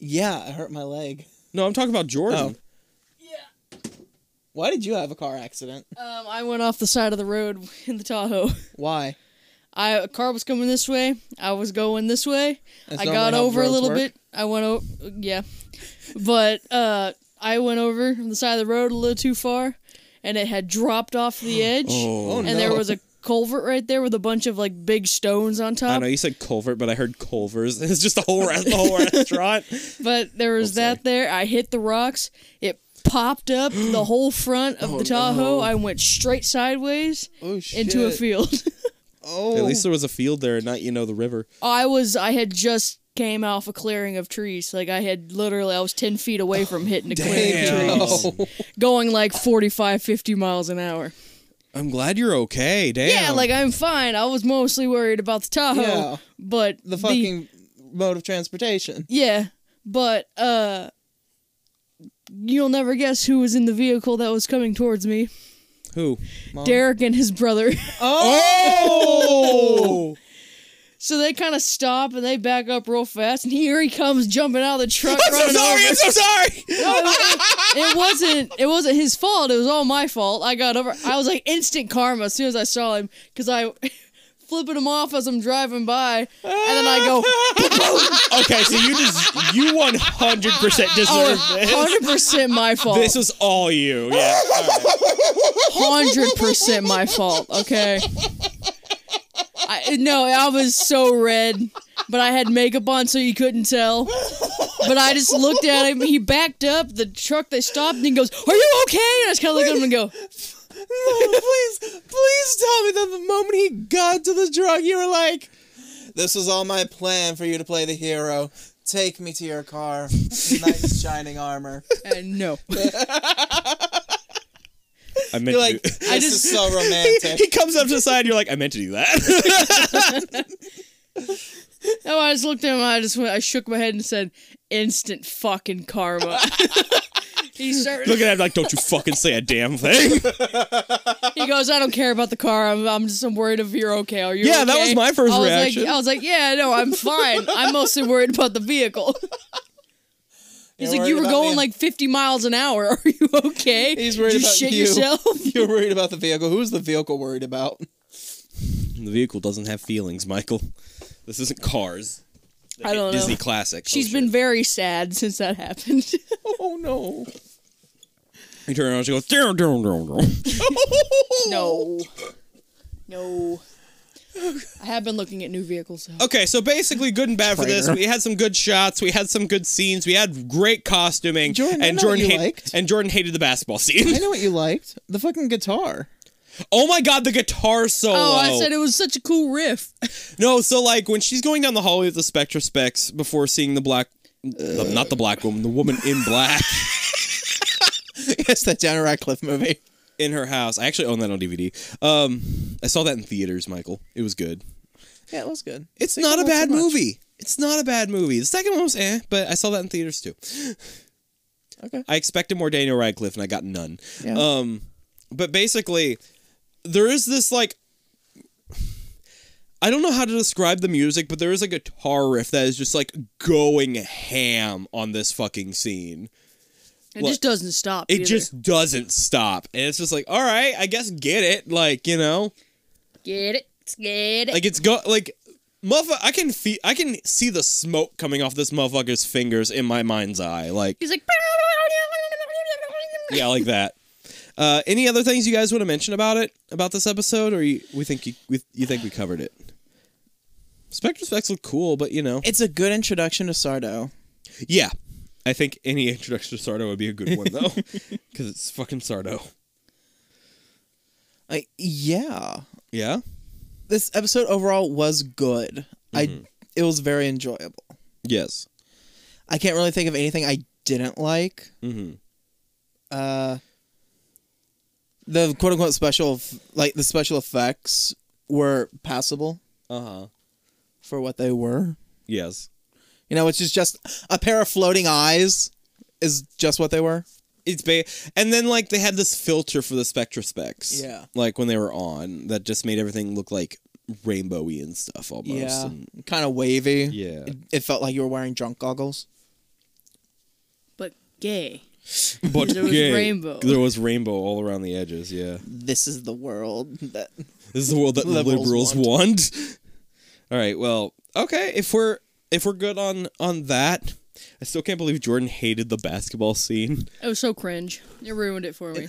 Yeah, I hurt my leg.
No, I'm talking about Jordan.
Why did you have a car accident?
Um, I went off the side of the road in the Tahoe.
Why?
I a car was coming this way. I was going this way.
That's
I
normally
got
how
over a
roads
little
work.
bit. I went over, yeah, but uh, I went over on the side of the road a little too far, and it had dropped off the edge.
Oh
and
no!
there was a culvert right there with a bunch of like big stones on
I
top.
know you said culvert, but I heard Culver's. It's just the whole rest, the whole restaurant.
But there was that there. I hit the rocks. It popped up the whole front of the Tahoe. I went straight sideways
oh, shit.
into a field.
Oh,
At least there was a field there, not you know the river.
I was I had just came off a clearing of trees. Like I had literally I was 10 feet away from hitting a
Oh,
clearing of trees. Going like 45 50 miles an hour.
I'm glad you're okay. Damn.
Yeah, like I'm fine. I was mostly worried about the Tahoe,
Yeah.
but
the fucking mode of transportation.
Yeah, but uh you'll never guess who was in the vehicle that was coming towards me.
who?
Derek and his brother.
Oh,
so they kind of stop and they back up real fast and here he comes jumping out of the truck running over.
so sorry.
No, it, it wasn't it wasn't his fault. It was all my fault. I got over I was like instant karma as soon as I saw him cuz I flipping him off as I'm driving by and then I go
okay, so you just you 100 percent deserve this.
100% my fault.
This was all you. Yeah. all right.
hundred percent my fault. Okay. I no, I was so red, but I had makeup on, so you couldn't tell. But I just looked at him. He backed up. The truck they stopped and he goes, "Are you okay?" And I just kind of look at him and go,
no! Please, please tell me that the moment he got to the drug, you were like, "This was all my plan for you to play the hero. Take me to your car, nice shining armor."
and "Uh, "No."
I meant
You're
to
like,
do-
"This
I
is
just-
so romantic."
he comes up to the side. You're like, I meant to do that.
No, I just looked at him. And I just went, I shook my head and said, "Instant fucking karma." he started.
Look at him like, don't you fucking say a damn thing.
He goes, "I don't care about the car. I'm, I'm just I'm worried if you're okay. Are you
Yeah, that
okay?"
was my first
I was
reaction.
Like, I was like, "Yeah, no, I'm fine. I'm mostly worried about the vehicle." He's
You're
like, you
worried
were
about
going
me.
like 50 miles an hour. Are you okay?
He's worried
Did you
about
shit
you.
yourself.
You're worried about the vehicle. Who's the vehicle worried about?
the vehicle doesn't have feelings, Michael. This isn't cars.
I don't know.
Disney
She's
classic. Oh, shit.
been very sad since that happened.
Oh no!
You turn around, she goes, "Dum, dum, dum, dum."
no, no. I have been looking at new vehicles. though.
Okay, so basically, good and bad for this. We had some good shots. We had some good scenes. We had great costuming.
Jordan, I
and
know
Jordan
what you
hate-
liked.
and Jordan hated the basketball
I
scene.
know what you liked. The fucking guitar.
oh my god, the guitar solo.
Oh, I said it was such a cool riff.
no. So like when she's going down the hallway with the Spectra specs before seeing the black, the- not the black woman, the woman in black
it's that Daniel Radcliffe movie.
in her house. I actually own that on DVD. Um, I saw that in theaters, Michael. It was good.
Yeah, it was good.
It's
Second
not a
one so
bad
much.
movie. It's not a bad movie. The second one was eh, but I saw that in theaters too.
Okay.
I expected more Daniel Radcliffe and I got none.
Yeah.
Um but basically there is this like I don't know how to describe the music, but there is a guitar riff that is just like going ham on this fucking scene.
It
Look,
just doesn't stop.
It
either.
just doesn't stop. And it's just like, all right, I guess get it. Like, you know.
get it, get it.
Like it's go like motherfucker. I can feel I can see the smoke coming off this motherfucker's fingers in my mind's eye. Like
He's like.
yeah, like that. Uh, any other things you guys want to mention about it about this episode, or you, we think you we, you think we covered it? Spectre specs look cool, but you know,
It's a good introduction to Sardo.
yeah. I think any introduction to Sardo would be a good one though, because it's fucking Sardo.
Like, yeah.
Yeah,
This episode overall was good. I it was very enjoyable.
yes,
I can't really think of anything I didn't like.
mm-hmm.
Uh the quote unquote special f- like the special effects were passable.
uh huh.
for what they were.
Yes.
You know, which is just a pair of floating eyes is just what they were.
It's ba- and then like they had this filter for the spectra specs.
Yeah.
Like when they were on, that just made everything look like rainbowy and stuff almost. And,
Kind of wavy.
yeah.
It, it felt like you were wearing drunk goggles.
But gay.
But
There was
gay.
rainbow.
There was rainbow all around the edges. Yeah.
This is the world that
This is the world that
Liberals
liberals
want.
want. All right. Well, okay. If we're if we're good on on that, I still can't believe Jordan hated the basketball scene.
It was so cringe. It ruined it for me.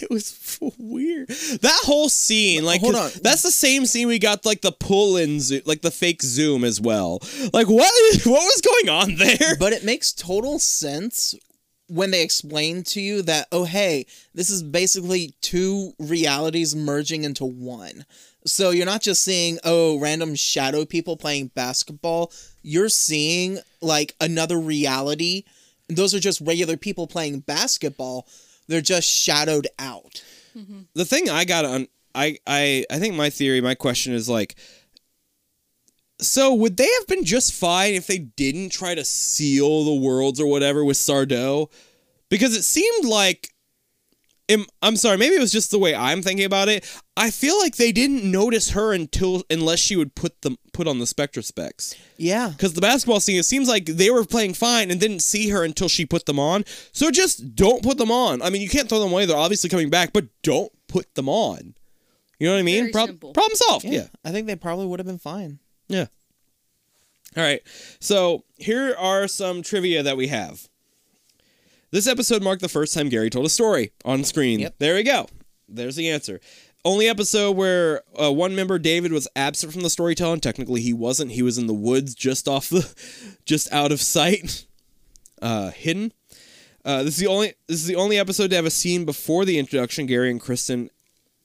It was weird. That whole scene, like,
Hold
'cause
on.
that's the same scene we got like the pull in, zo- like the fake zoom as well. Like, what is what was going on there?
but it makes total sense when they explain to you that oh hey this is basically two realities merging into one so you're not just seeing oh random shadow people playing basketball you're seeing like another reality those are just regular people playing basketball they're just shadowed out
the thing I got on I I I think my theory, my question is like so would they have been just fine if they didn't try to seal the worlds or whatever with Sardo? Because it seemed like am- I'm sorry, maybe it was just the way I'm thinking about it. I feel like they didn't notice her until unless she would put them put on the spectra specs.
yeah
Because the basketball scene, it seems like they were playing fine and didn't see her until she put them on. So just don't put them on. I mean, you can't throw them away. They're obviously coming back, but don't put them on. You know what I mean?
Very
Prob-
simple.
Problem solved.
yeah,
Yeah.
i think they probably would have been fine
Yeah. All right. So here are some trivia that we have. This episode marked the first time Gary told a story on screen.
Yep.
There we go. There's the answer. Only episode where uh, one member, David, was absent from the storytelling. Technically, he wasn't. He was in the woods, just off the, just out of sight, uh, hidden. Uh, this is the only. This is the only episode to have a scene before the introduction. Gary and Kristen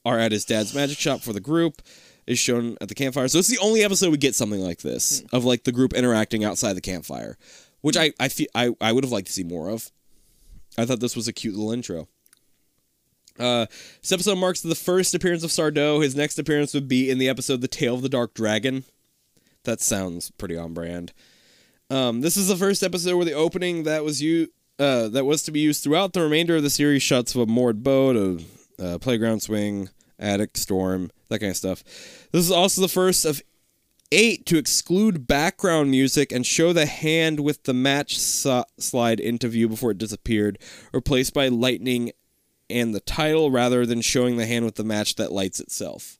are at his dad's magic shop for the group is shown at the campfire. So it's the only episode we get something like this of like the group interacting outside the campfire, which I I feel I, I would have liked to see more of. I thought this was a cute little intro. Uh, this episode marks the first appearance of Sardo. His next appearance would be in the episode "The Tale of the Dark Dragon." That sounds pretty on brand. Um, this is the first episode where the opening that was you uh, that was to be used throughout the remainder of the series shots of a moored boat, a uh, playground swing, attic storm, that kind of stuff. This is also the first of eight to exclude background music and show the hand with the match so- slide into view before it disappeared, replaced by lightning and the title rather than showing the hand with the match that lights itself.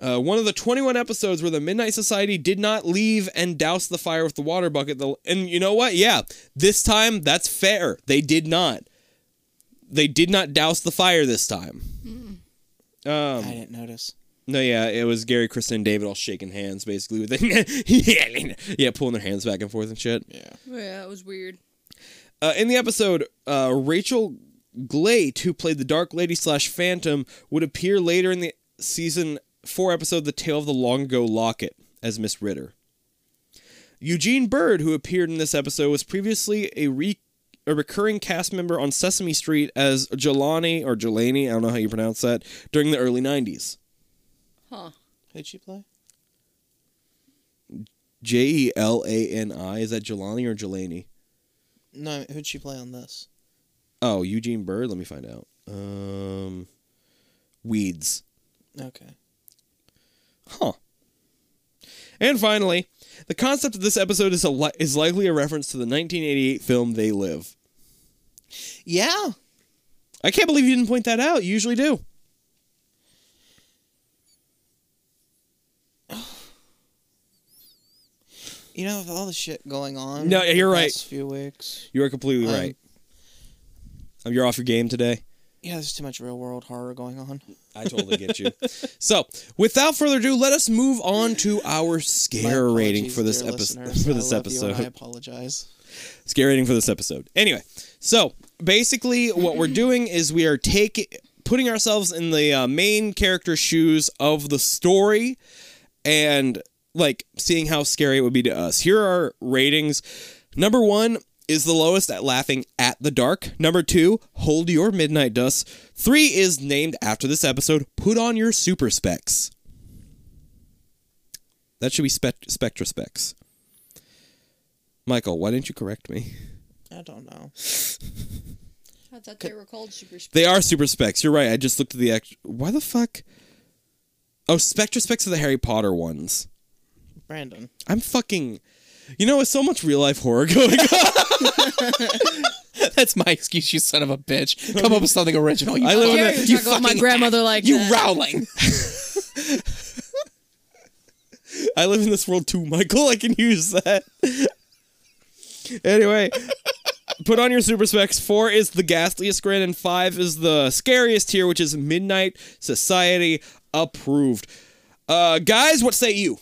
Uh, one of the 21 episodes where the Midnight Society did not leave and douse the fire with the water bucket. The, and you know what? Yeah, this time that's fair. They did not. They did not douse the fire this time. Um,
i didn't notice
no, yeah, it was Gary, Kristen, and David all shaking hands, basically. With the yeah, pulling their hands back and forth and shit.
yeah
Yeah, it was weird.
Uh, in the episode, uh, Rachel Glate, who played the Dark Lady slash Phantom, would appear later in the season four episode "The Tale of the Long Ago Locket" as Miss Ritter. Eugene Bird, who appeared in this episode, was previously a re- a recurring cast member on Sesame Street as Jelani or Jelani, I don't know how you pronounce that, during the early '90s.
Huh.
who'd she play
J E L A N I. Is that Jelani or Jelani?
no who'd she play on this
Oh, Eugene Bird. Let me find out. Um, weeds.
okay
Huh. And finally, the concept of this episode is a li- is likely a reference to the 1988 film They Live.
yeah
I can't believe you didn't point that out. You usually do.
You know, with all the shit going on.
No, you're
the
right.
Last few weeks.
You are completely
Um,
right. Um, you're off your game today.
Yeah, there's too much real world horror going on.
I totally get you. so, without further ado, let us move on to our
My
scare rating
apologies,
for this
dear
episode.
listeners.
For
I
this
love you and I
episode.
apologize.
scare rating for this episode. Anyway, so basically, what we're doing is we are taking putting ourselves in the uh, main character's shoes of the story, and like seeing how scary it would be to us. Here are ratings. Number one is the lowest at laughing at the dark. Number two, hold your midnight dust. Three is named after this episode. Put on your super specs. That should be spec- Spectra Specs. Michael, why didn't you correct me?
I don't know.
I thought they were called super.
They are super specs. You're right. I just looked at the act. Why the fuck? Oh, Spectra Specs are the Harry Potter ones.
Brandon.
I'm fucking. You know, with so much real life horror going on,
That's my excuse, you son of a bitch. Come up with something original. You,
I live in
fuck-
a-
you
talk about my
fucking-
grandmother like
You
that.
Rowling.
I live in this world too, Michael. I can use that. anyway, put on your super specs. Four is the ghastliest grin, and five is the scariest here, which is Midnight Society approved. Uh, guys, what say you?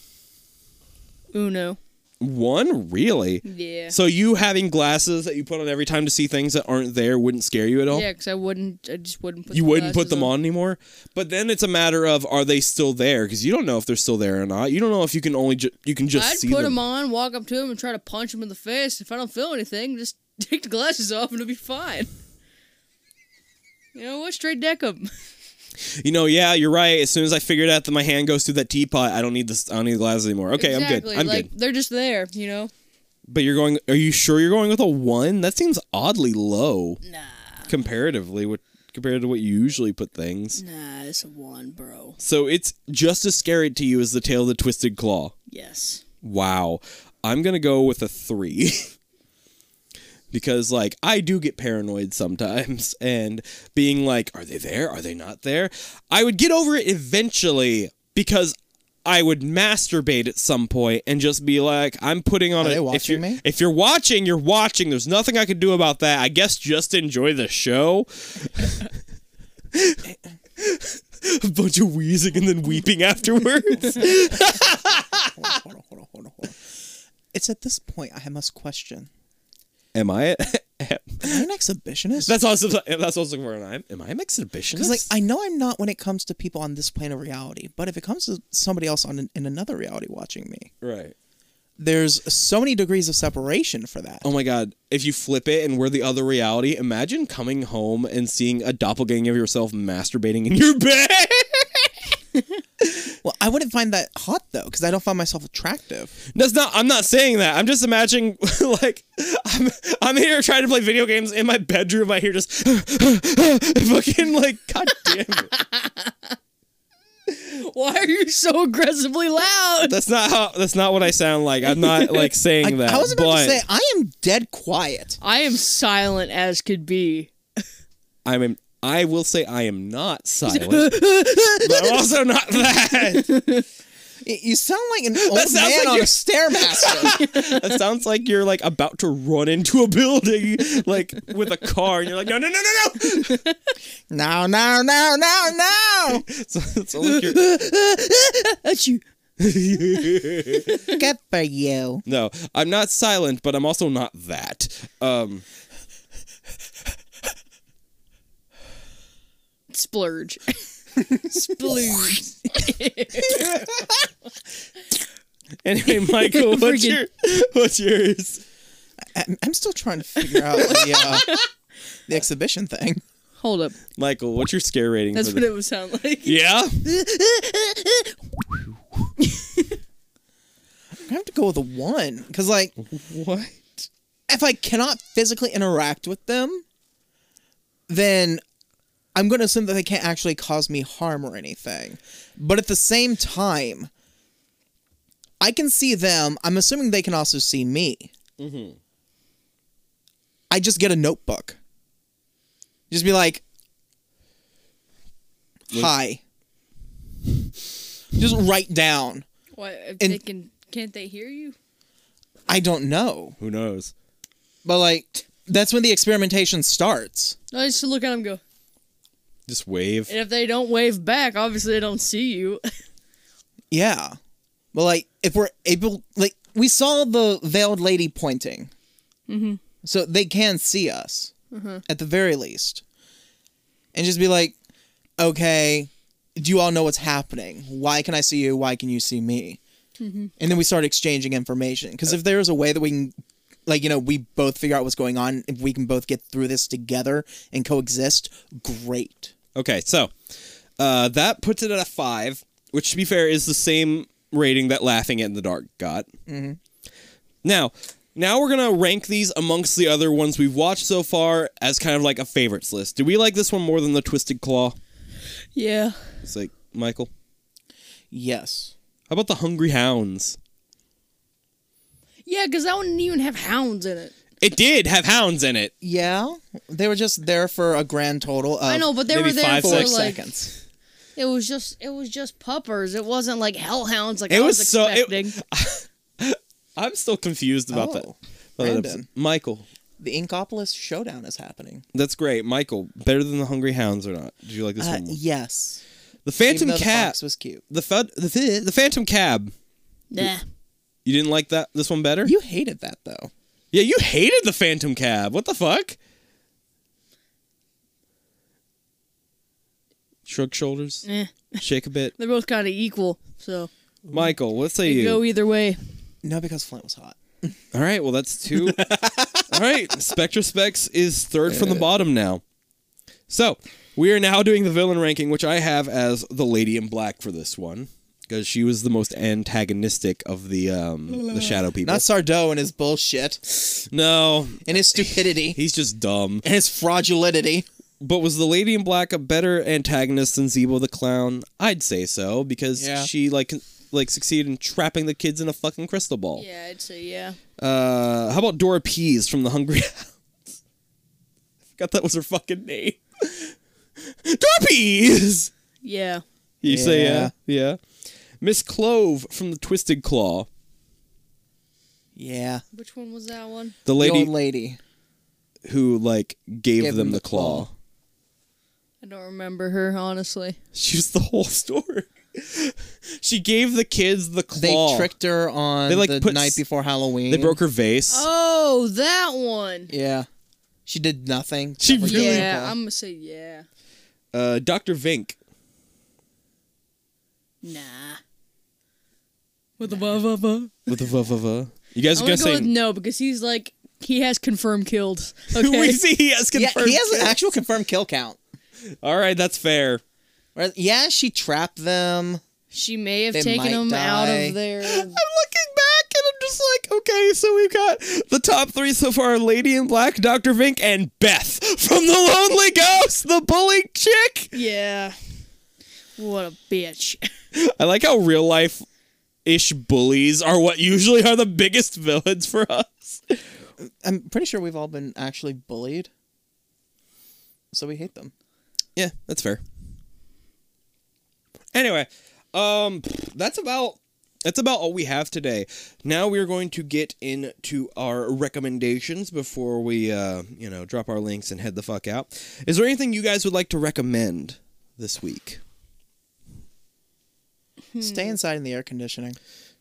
Uno.
One, really?
Yeah.
So you having glasses that you put on every time to see things that aren't there wouldn't scare you at all?
Yeah, because I wouldn't. I just wouldn't. put
you
the
wouldn't put
glasses
them on anymore. But then it's a matter of are they still there? Because you don't know if they're still there or not. You don't know if you can only ju- you can just
I'd
see
put
them.
them on, walk up to him, and try to punch him in the face. If I don't feel anything, just take the glasses off and it'll be fine. You know what? Straight deck him.
You know, yeah, you're right. As soon as I figured out that my hand goes through that teapot, I don't need this. I don't need the glasses anymore. Okay,
exactly.
I'm good. I'm
like,
good.
They're just there, you know.
But you're going. Are you sure you're going with a one? That seems oddly low. Nah. Comparatively, with compared to what you usually put things.
Nah, it's a one, bro.
So it's just as scary to you as the tail of the twisted claw.
Yes.
Wow. I'm going to go with a three. because, like, I do get paranoid sometimes and being like, are they there? Are they not there? I would get over it eventually because. I would masturbate at some point and just be like, "I'm putting on a."
Are they
if
watching
you're,
me?
If you're watching, you're watching. There's nothing I could do about that. I guess just enjoy the show. a bunch of wheezing and then weeping afterwards.
Ah! Hold on, hold on, hold on, hold on. It's at this point I must question.
Am I?
Am I an exhibitionist?
That's also that's also where I'm. Am I an exhibitionist?
because like I know I'm not when it comes to people on this plane of reality, but if it comes to somebody else on in another reality watching me,
right.
there's so many degrees of separation for that.
Oh my god! If you flip it and we're the other reality, imagine coming home and seeing a doppelganger of yourself masturbating in your bed.
Well, I wouldn't find that hot though, because I don't find myself attractive.
That's not. I'm not saying that. I'm just imagining like I'm I'm here trying to play video games in my bedroom. I hear just fucking like god damn it.
Why are you so aggressively loud?
That's not how. That's not what I sound like. I'm not like saying
I,
that.
I was about
but
to say I am dead quiet.
I am silent as could be.
I'm. in- I will say I am not silent, but I'm also not that.
Y- You sound like an old man
sounds like
on a
you're-
stairmaster.
That sounds like you're like about to run into a building, like with a car, and you're like, no, no, no, no, no.
no, no, no, no, no!
So, it's like you're,
That's you.
Good for you.
no, I'm not silent, but I'm also not that. Um,
Splurge. Splurge.
anyway, Michael, what's
Freaking-
your what's yours?
I'm, I'm still trying to figure out the, uh, the exhibition thing.
Hold up.
Michael, what's your scare rating?
That's
for
what
the-
it would sound like.
yeah,
I have to go with a one because, like,
what?
if I cannot physically interact with them, then I'm going to assume that they can't actually cause me harm or anything. But at the same time, I can see them. I'm assuming they can also see me. I just get a notebook. Just be like, hi. Just write down.
Why if
And-
they can can't they hear you?
I don't know.
Who knows?
But like, that's when the experimentation starts.
No, I just look at them and go.
Just wave.
And if they don't wave back, obviously they don't see you.
Yeah. But like if we're able like we saw the veiled lady pointing. Mm-hmm. So they can see us at the very least. And just be like, okay, do you all know what's happening? Why can I see you? Why can you see me? And then we start exchanging information. Because if there is a way that we can, like, you know, we both figure out what's going on, if we can both get through this together and coexist, great.
Okay, so uh, that puts it at a five, which to be fair is the same rating that Laughing in the Dark got.
Mm-hmm.
Now, now we're gonna rank these amongst the other ones we've watched so far as kind of like a favorites list. Do we like this one more than the Twisted Claw?
Yeah.
It's like Michael.
Yes.
How about the Hungry Hounds?
Yeah, because that one didn't even have hounds in it.
It did have hounds in it.
Yeah, they were just there for a grand total of
I know, but they
Oh, maybe
were there
five,
for
four
six
like
seconds.
it was just it was just puppers. It wasn't like hellhounds like
It
I was,
was so- it-
expecting.
I'm still confused about that.
Oh,
about that
Brandon.
episode. Michael.
The Inkopolis showdown is happening.
That's great. Michael, better than the Hungry Hounds or not? Did you like this
Uh,
one? more?
yes.
The
Even
Phantom
though the
Cab.
fox was cute.
The, fud- the, the the Phantom Cab.
nah.
You didn't like that this one better?
You hated that though.
yeah, you hated the Phantom Cab. What the fuck? Shrug shoulders,
Eh.
shake a bit.
They're both kind of equal, so
Michael, what say
they
you?
go either way.
No, because Flint was hot.
All right, well that's two. All right, Spectra Specs is third from the bottom now. So we are now doing the villain ranking, which I have as the Lady in Black for this one because she was the most antagonistic of the um, the Shadow people.
Not Sardo and his bullshit
no,
and his stupidity
he's just dumb.
and his fraudulity.
But was the Lady in Black a better antagonist than Zebo the Clown? I'd say so because
Yeah.
she like like succeeded in trapping the kids in a fucking crystal ball.
Yeah, I'd say yeah.
Uh, how about Dora Pease from the Hungry Hounds? I forgot that was her fucking name. Dora Pease!
Yeah.
You say yeah,
Yeah.
yeah. Miss Clove from the Twisted Claw.
Yeah,
Which one was that one?
The
the
lady
old lady.
who like gave, them the, claw.
I don't remember her honestly.
She was the whole story. she gave the kids the
They
claw.
tricked her on
They, like,
the
put
night
s-
before Halloween.
They broke her vase.
Oh, that one.
Yeah, she did nothing.
She
That was
really-
yeah,
cool.
I'm gonna say yeah.
Uh, Doctor Vink.
Nah. With the va va va.
With the va va va. You guys
I'm
are
gonna go
gonna say
with no because he's like he has confirmed killed.
we
Okay.
see he has
yeah,
confirmed.
he has
it.
an actual confirmed kill count.
All right, that's fair.
Whereas- Yeah, she trapped them.
she may have
They
taken
might
him out
die.
of there.
I'm looking back and I'm just like, okay, so we've got the top three so far Lady in Black, Dr. Vink, and Beth from The Lonely Ghost, the bully chick.
yeah. What a bitch.
I like how real life ish bullies are what usually are the biggest villains for us.
I'm pretty sure we've all been actually bullied, so we hate them.
Yeah, that's fair. Anyway, um that's about that's about all we have today. Now we are going to get into our recommendations before we uh, you know, drop our links and head the fuck out. Is there anything you guys would like to recommend this week?
Stay inside in the air conditioning.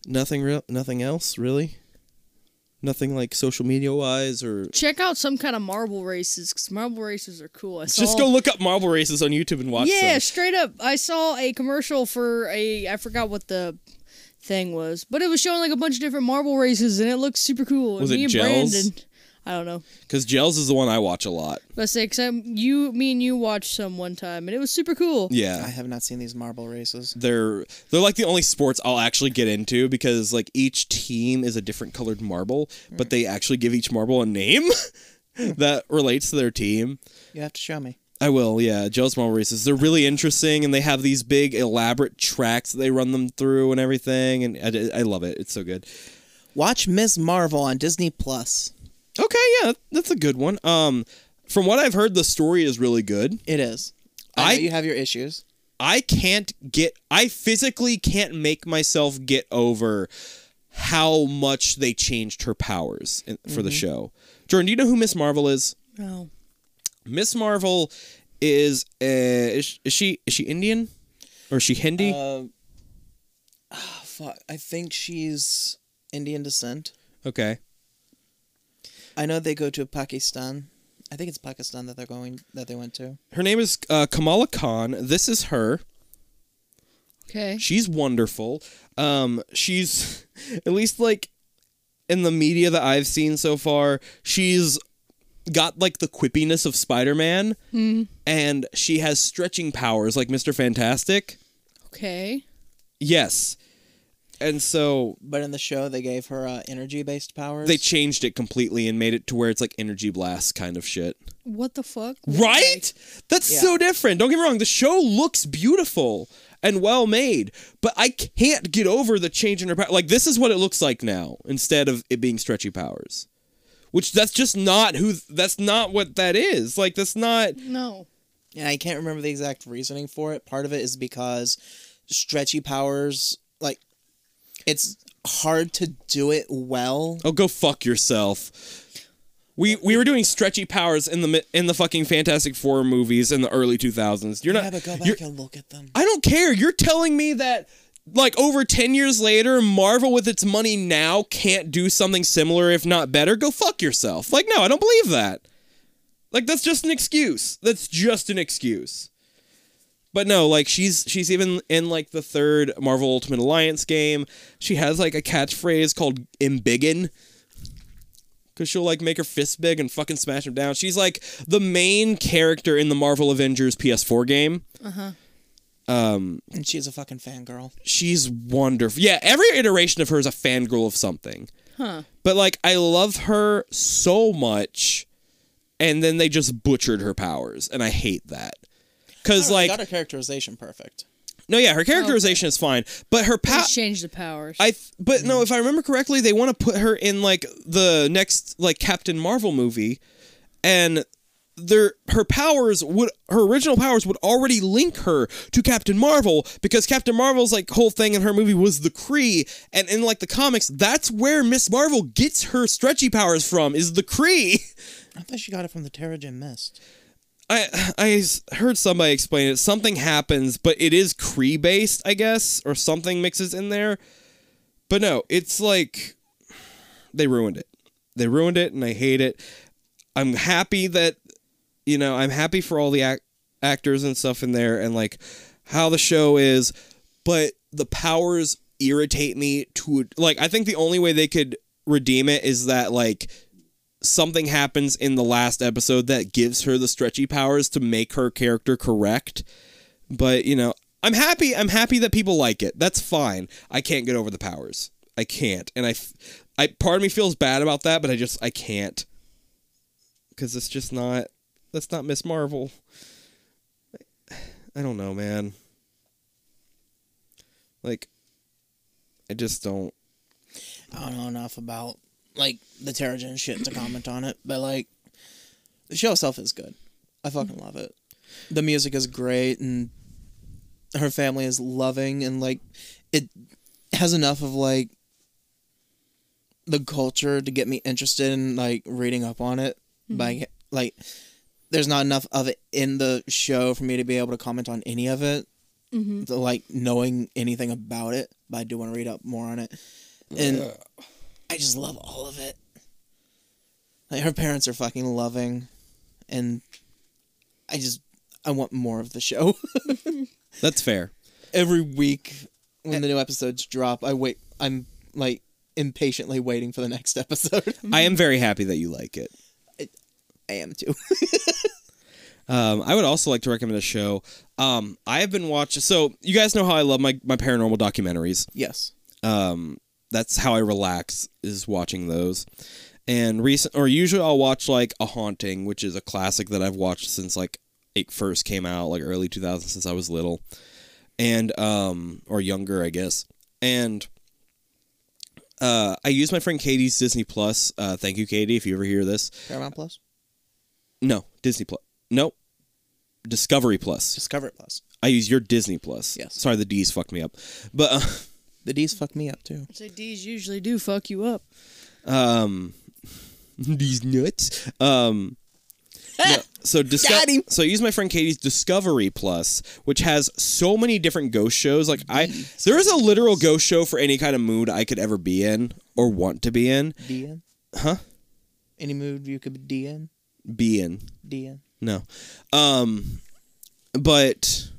Nothing real nothing else, really? Nothing like social media wise or
Check out some kind of marble races because marble races are cool. I saw,
just go look up marble races on YouTube and watch
Yeah,
them.
straight up. I saw a commercial for a I forgot what the thing was, but it was showing like a bunch of different marble races and it looked super cool.
Was
and
it
me and
gels?
Brandon, I don't know.
Because Gels is the one I watch a lot.
Let's say except you, me and you watched some one time and it was super cool.
Yeah.
I have not seen these marble races.
they're they're like the only sports I'll actually get into because like each team is a different colored marble, but they actually give each marble a name that relates to their team.
You have to show me.
I will, yeah. Joe's marble races. They're really interesting, and they have these big elaborate tracks that they run them through and everything. And I, I love it. It's so good.
Watch Ms. Marvel on Disney Plus.
Okay, yeah, that's a good one. Um, from what I've heard, the story is really good.
It is. I,
I-
know you have your issues.
I can't get I physically can't make myself get over how much they changed her powers in, for the show. Jordan, do you know who Miss Marvel is?
No.
Miss Marvel is a, is, is she is she Indian or is she Hindi?
Uh, Oh, fuck. I think she's Indian descent.
okay.
I know they go to Pakistan. I think it's Pakistan that they're going that they went to.
Her name is uh, Kamala Khan. This is her.
Okay.
She's wonderful. Um, she's at least like in the media that I've seen so far, she's got like the quippiness of Spider-Man, and she has stretching powers like Mister Fantastic.
Okay.
Yes, and so
But in the show, they gave her uh, energy based powers.
they changed it completely and made it to where it's like energy blast kind of shit.
What the fuck?
Right? That's
Yeah.
so different. Don't get me wrong. The show looks beautiful and well made, but I can't get over the change in her power. Like this is what it looks like now instead of it being stretchy powers, which that's just not who. That's not what that is. Like that's not.
No.
and I can't remember the exact reasoning for it. Part of it is because stretchy powers, like, it's hard to do it well.
Oh, go fuck yourself. We, we were doing stretchy powers in the mi- in the fucking Fantastic Four movies in the early 2000s. You're not
Yeah, but go
you're-
back and look at them.
I don't care. You're telling me that like over 10 years later, Marvel with its money now can't do something similar if not better. Go fuck yourself. Like no, I don't believe that. Like that's just an excuse. That's just an excuse. But no, like she's she's even in like the third Marvel Ultimate Alliance game. She has like a catchphrase called "Embiggin," because she'll like make her fist big and fucking smash him down. She's like the main character in the Marvel Avengers PS4 game.
And she's a fucking fangirl.
she's wonderful. Yeah, every iteration of her is a fangirl of something. Huh. But like I love her so much and then they just butchered her powers and I hate that. Cuz
Like,
like
got her characterization perfect.
no yeah, her characterization is fine, but her power
Just change the powers.
Ah. I th- but no, if I remember correctly, they want to put her in like the next like Captain Marvel movie, and their her powers would her original powers would already link her to Captain Marvel because Captain Marvel's like whole thing in her movie was the Kree, and in like the comics, that's where Miss Marvel gets her stretchy powers from is the Kree.
I thought she got it from the Terrigen Mist.
I I s- heard somebody explain it. Something happens, but it is Cree based, I guess, or something mixes in there. But no, it's like they ruined it. They ruined it, and I hate it. I'm happy that you know I'm happy for all the ac- actors and stuff in there, and like how the show is, but the powers irritate me to like. I think the only way they could redeem it is that like something happens in the last episode that gives her the stretchy powers to make her character correct. But, you know, I'm happy I'm happy that people like it. That's fine. I can't get over the powers. I can't. And I f- I part of me feels bad about that, but I just I can't. Cuz it's just not that's not Miss Marvel. I don't know, man. Like I just don't
I don't know enough about like the Terrigen shit to comment on it, but like the show itself is good. I fucking love it. The music is great, and her family is loving, and like it has enough of like the culture to get me interested in like reading up on it. By like, there's not enough of it in the show for me to be able to comment on any of it. The, like knowing anything about it, but I do want to read up more on it, and I just love all of it. Like her parents are fucking loving, and I just I want more of the show.
That's fair.
Every week when the new episodes drop, I wait. I'm like impatiently waiting for the next episode.
I am very happy that you like it.
I am too.
Um, I would also like to recommend a show. Um, I have been watching. So you guys know how I love my my paranormal documentaries.
yes.
Um, that's how I relax is watching those. And recent or usually I'll watch like a haunting, which is a classic that I've watched since like it first came out, like early 2000s, since I was little, and um, or younger, I guess. And uh, I use my friend Katie's Disney Plus. Uh, thank you, Katie, if you ever hear this.
Paramount Plus,
No, Disney Plus. Nope. Discovery Plus.
Discover It Plus.
I use your Disney Plus.
Yes.
Sorry, the D's fucked me up, but uh,
The D's fucked me up too.
Say D's usually do fuck you up.
um, these nuts. Um, no, so disco- So I use my friend Katie's Discovery Plus, which has so many different ghost shows. Like I, there is a literal ghost show for any kind of mood I could ever be in or want to be in.
DN.
Huh?
Any mood you could be DN.
Be in.
DN.
No. Um but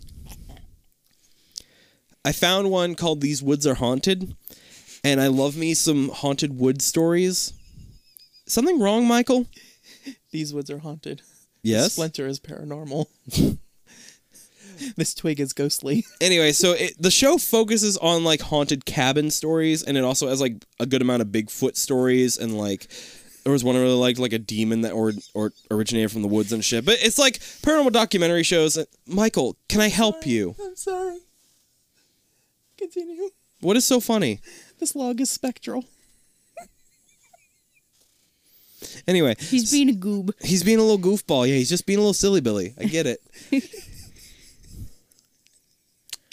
I found one called These Woods Are Haunted and I love me some haunted wood stories. Something wrong, Michael?
These woods are haunted.
Yes.
Splinter is paranormal.
This twig is ghostly.
anyway, so it, the show focuses on like haunted cabin stories, and it also has like a good amount of Bigfoot stories, and like there was one I really liked, like a demon that or or originated from the woods and shit. But it's like paranormal documentary shows. Michael, can I help you?
I'm sorry. Continue.
What is so funny?
This log is spectral.
Anyway,
He's being a goob.
he's being a little goofball. Yeah, he's just being a little silly Billy. I get it.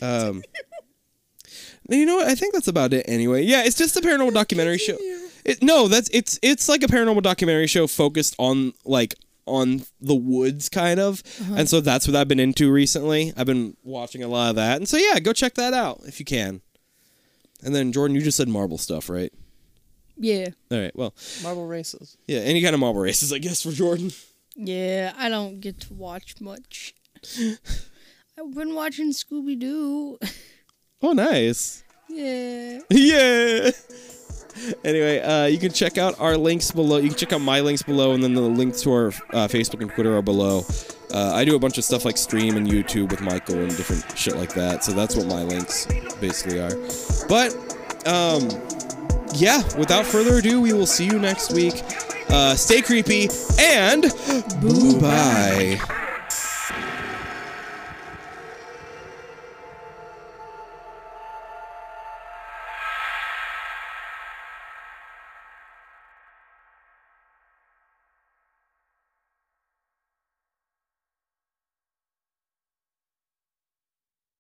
um. You know what? I think that's about it anyway. Yeah, it's just a paranormal documentary show. It, no, that's it's it's like a paranormal documentary show focused on like on the woods kind of. And so that's what I've been into recently. I've been watching a lot of that. And so yeah, go check that out if you can. And then Jordan, you just said marble stuff, right?
Yeah.
All right. Well,
Marble races.
yeah, any kind of marble races, I guess for Jordan.
Yeah, I don't get to watch much. I've been watching Scooby Doo.
Oh, nice.
yeah.
yeah. Anyway, uh, you can check out our links below. You can check out my links below, and then the links to our uh, Facebook and Twitter are below. Uh, I do a bunch of stuff like stream and YouTube with Michael and different shit like that. So that's what my links basically are. But um, yeah, without further ado, we will see you next week. Uh, stay creepy and boo bye.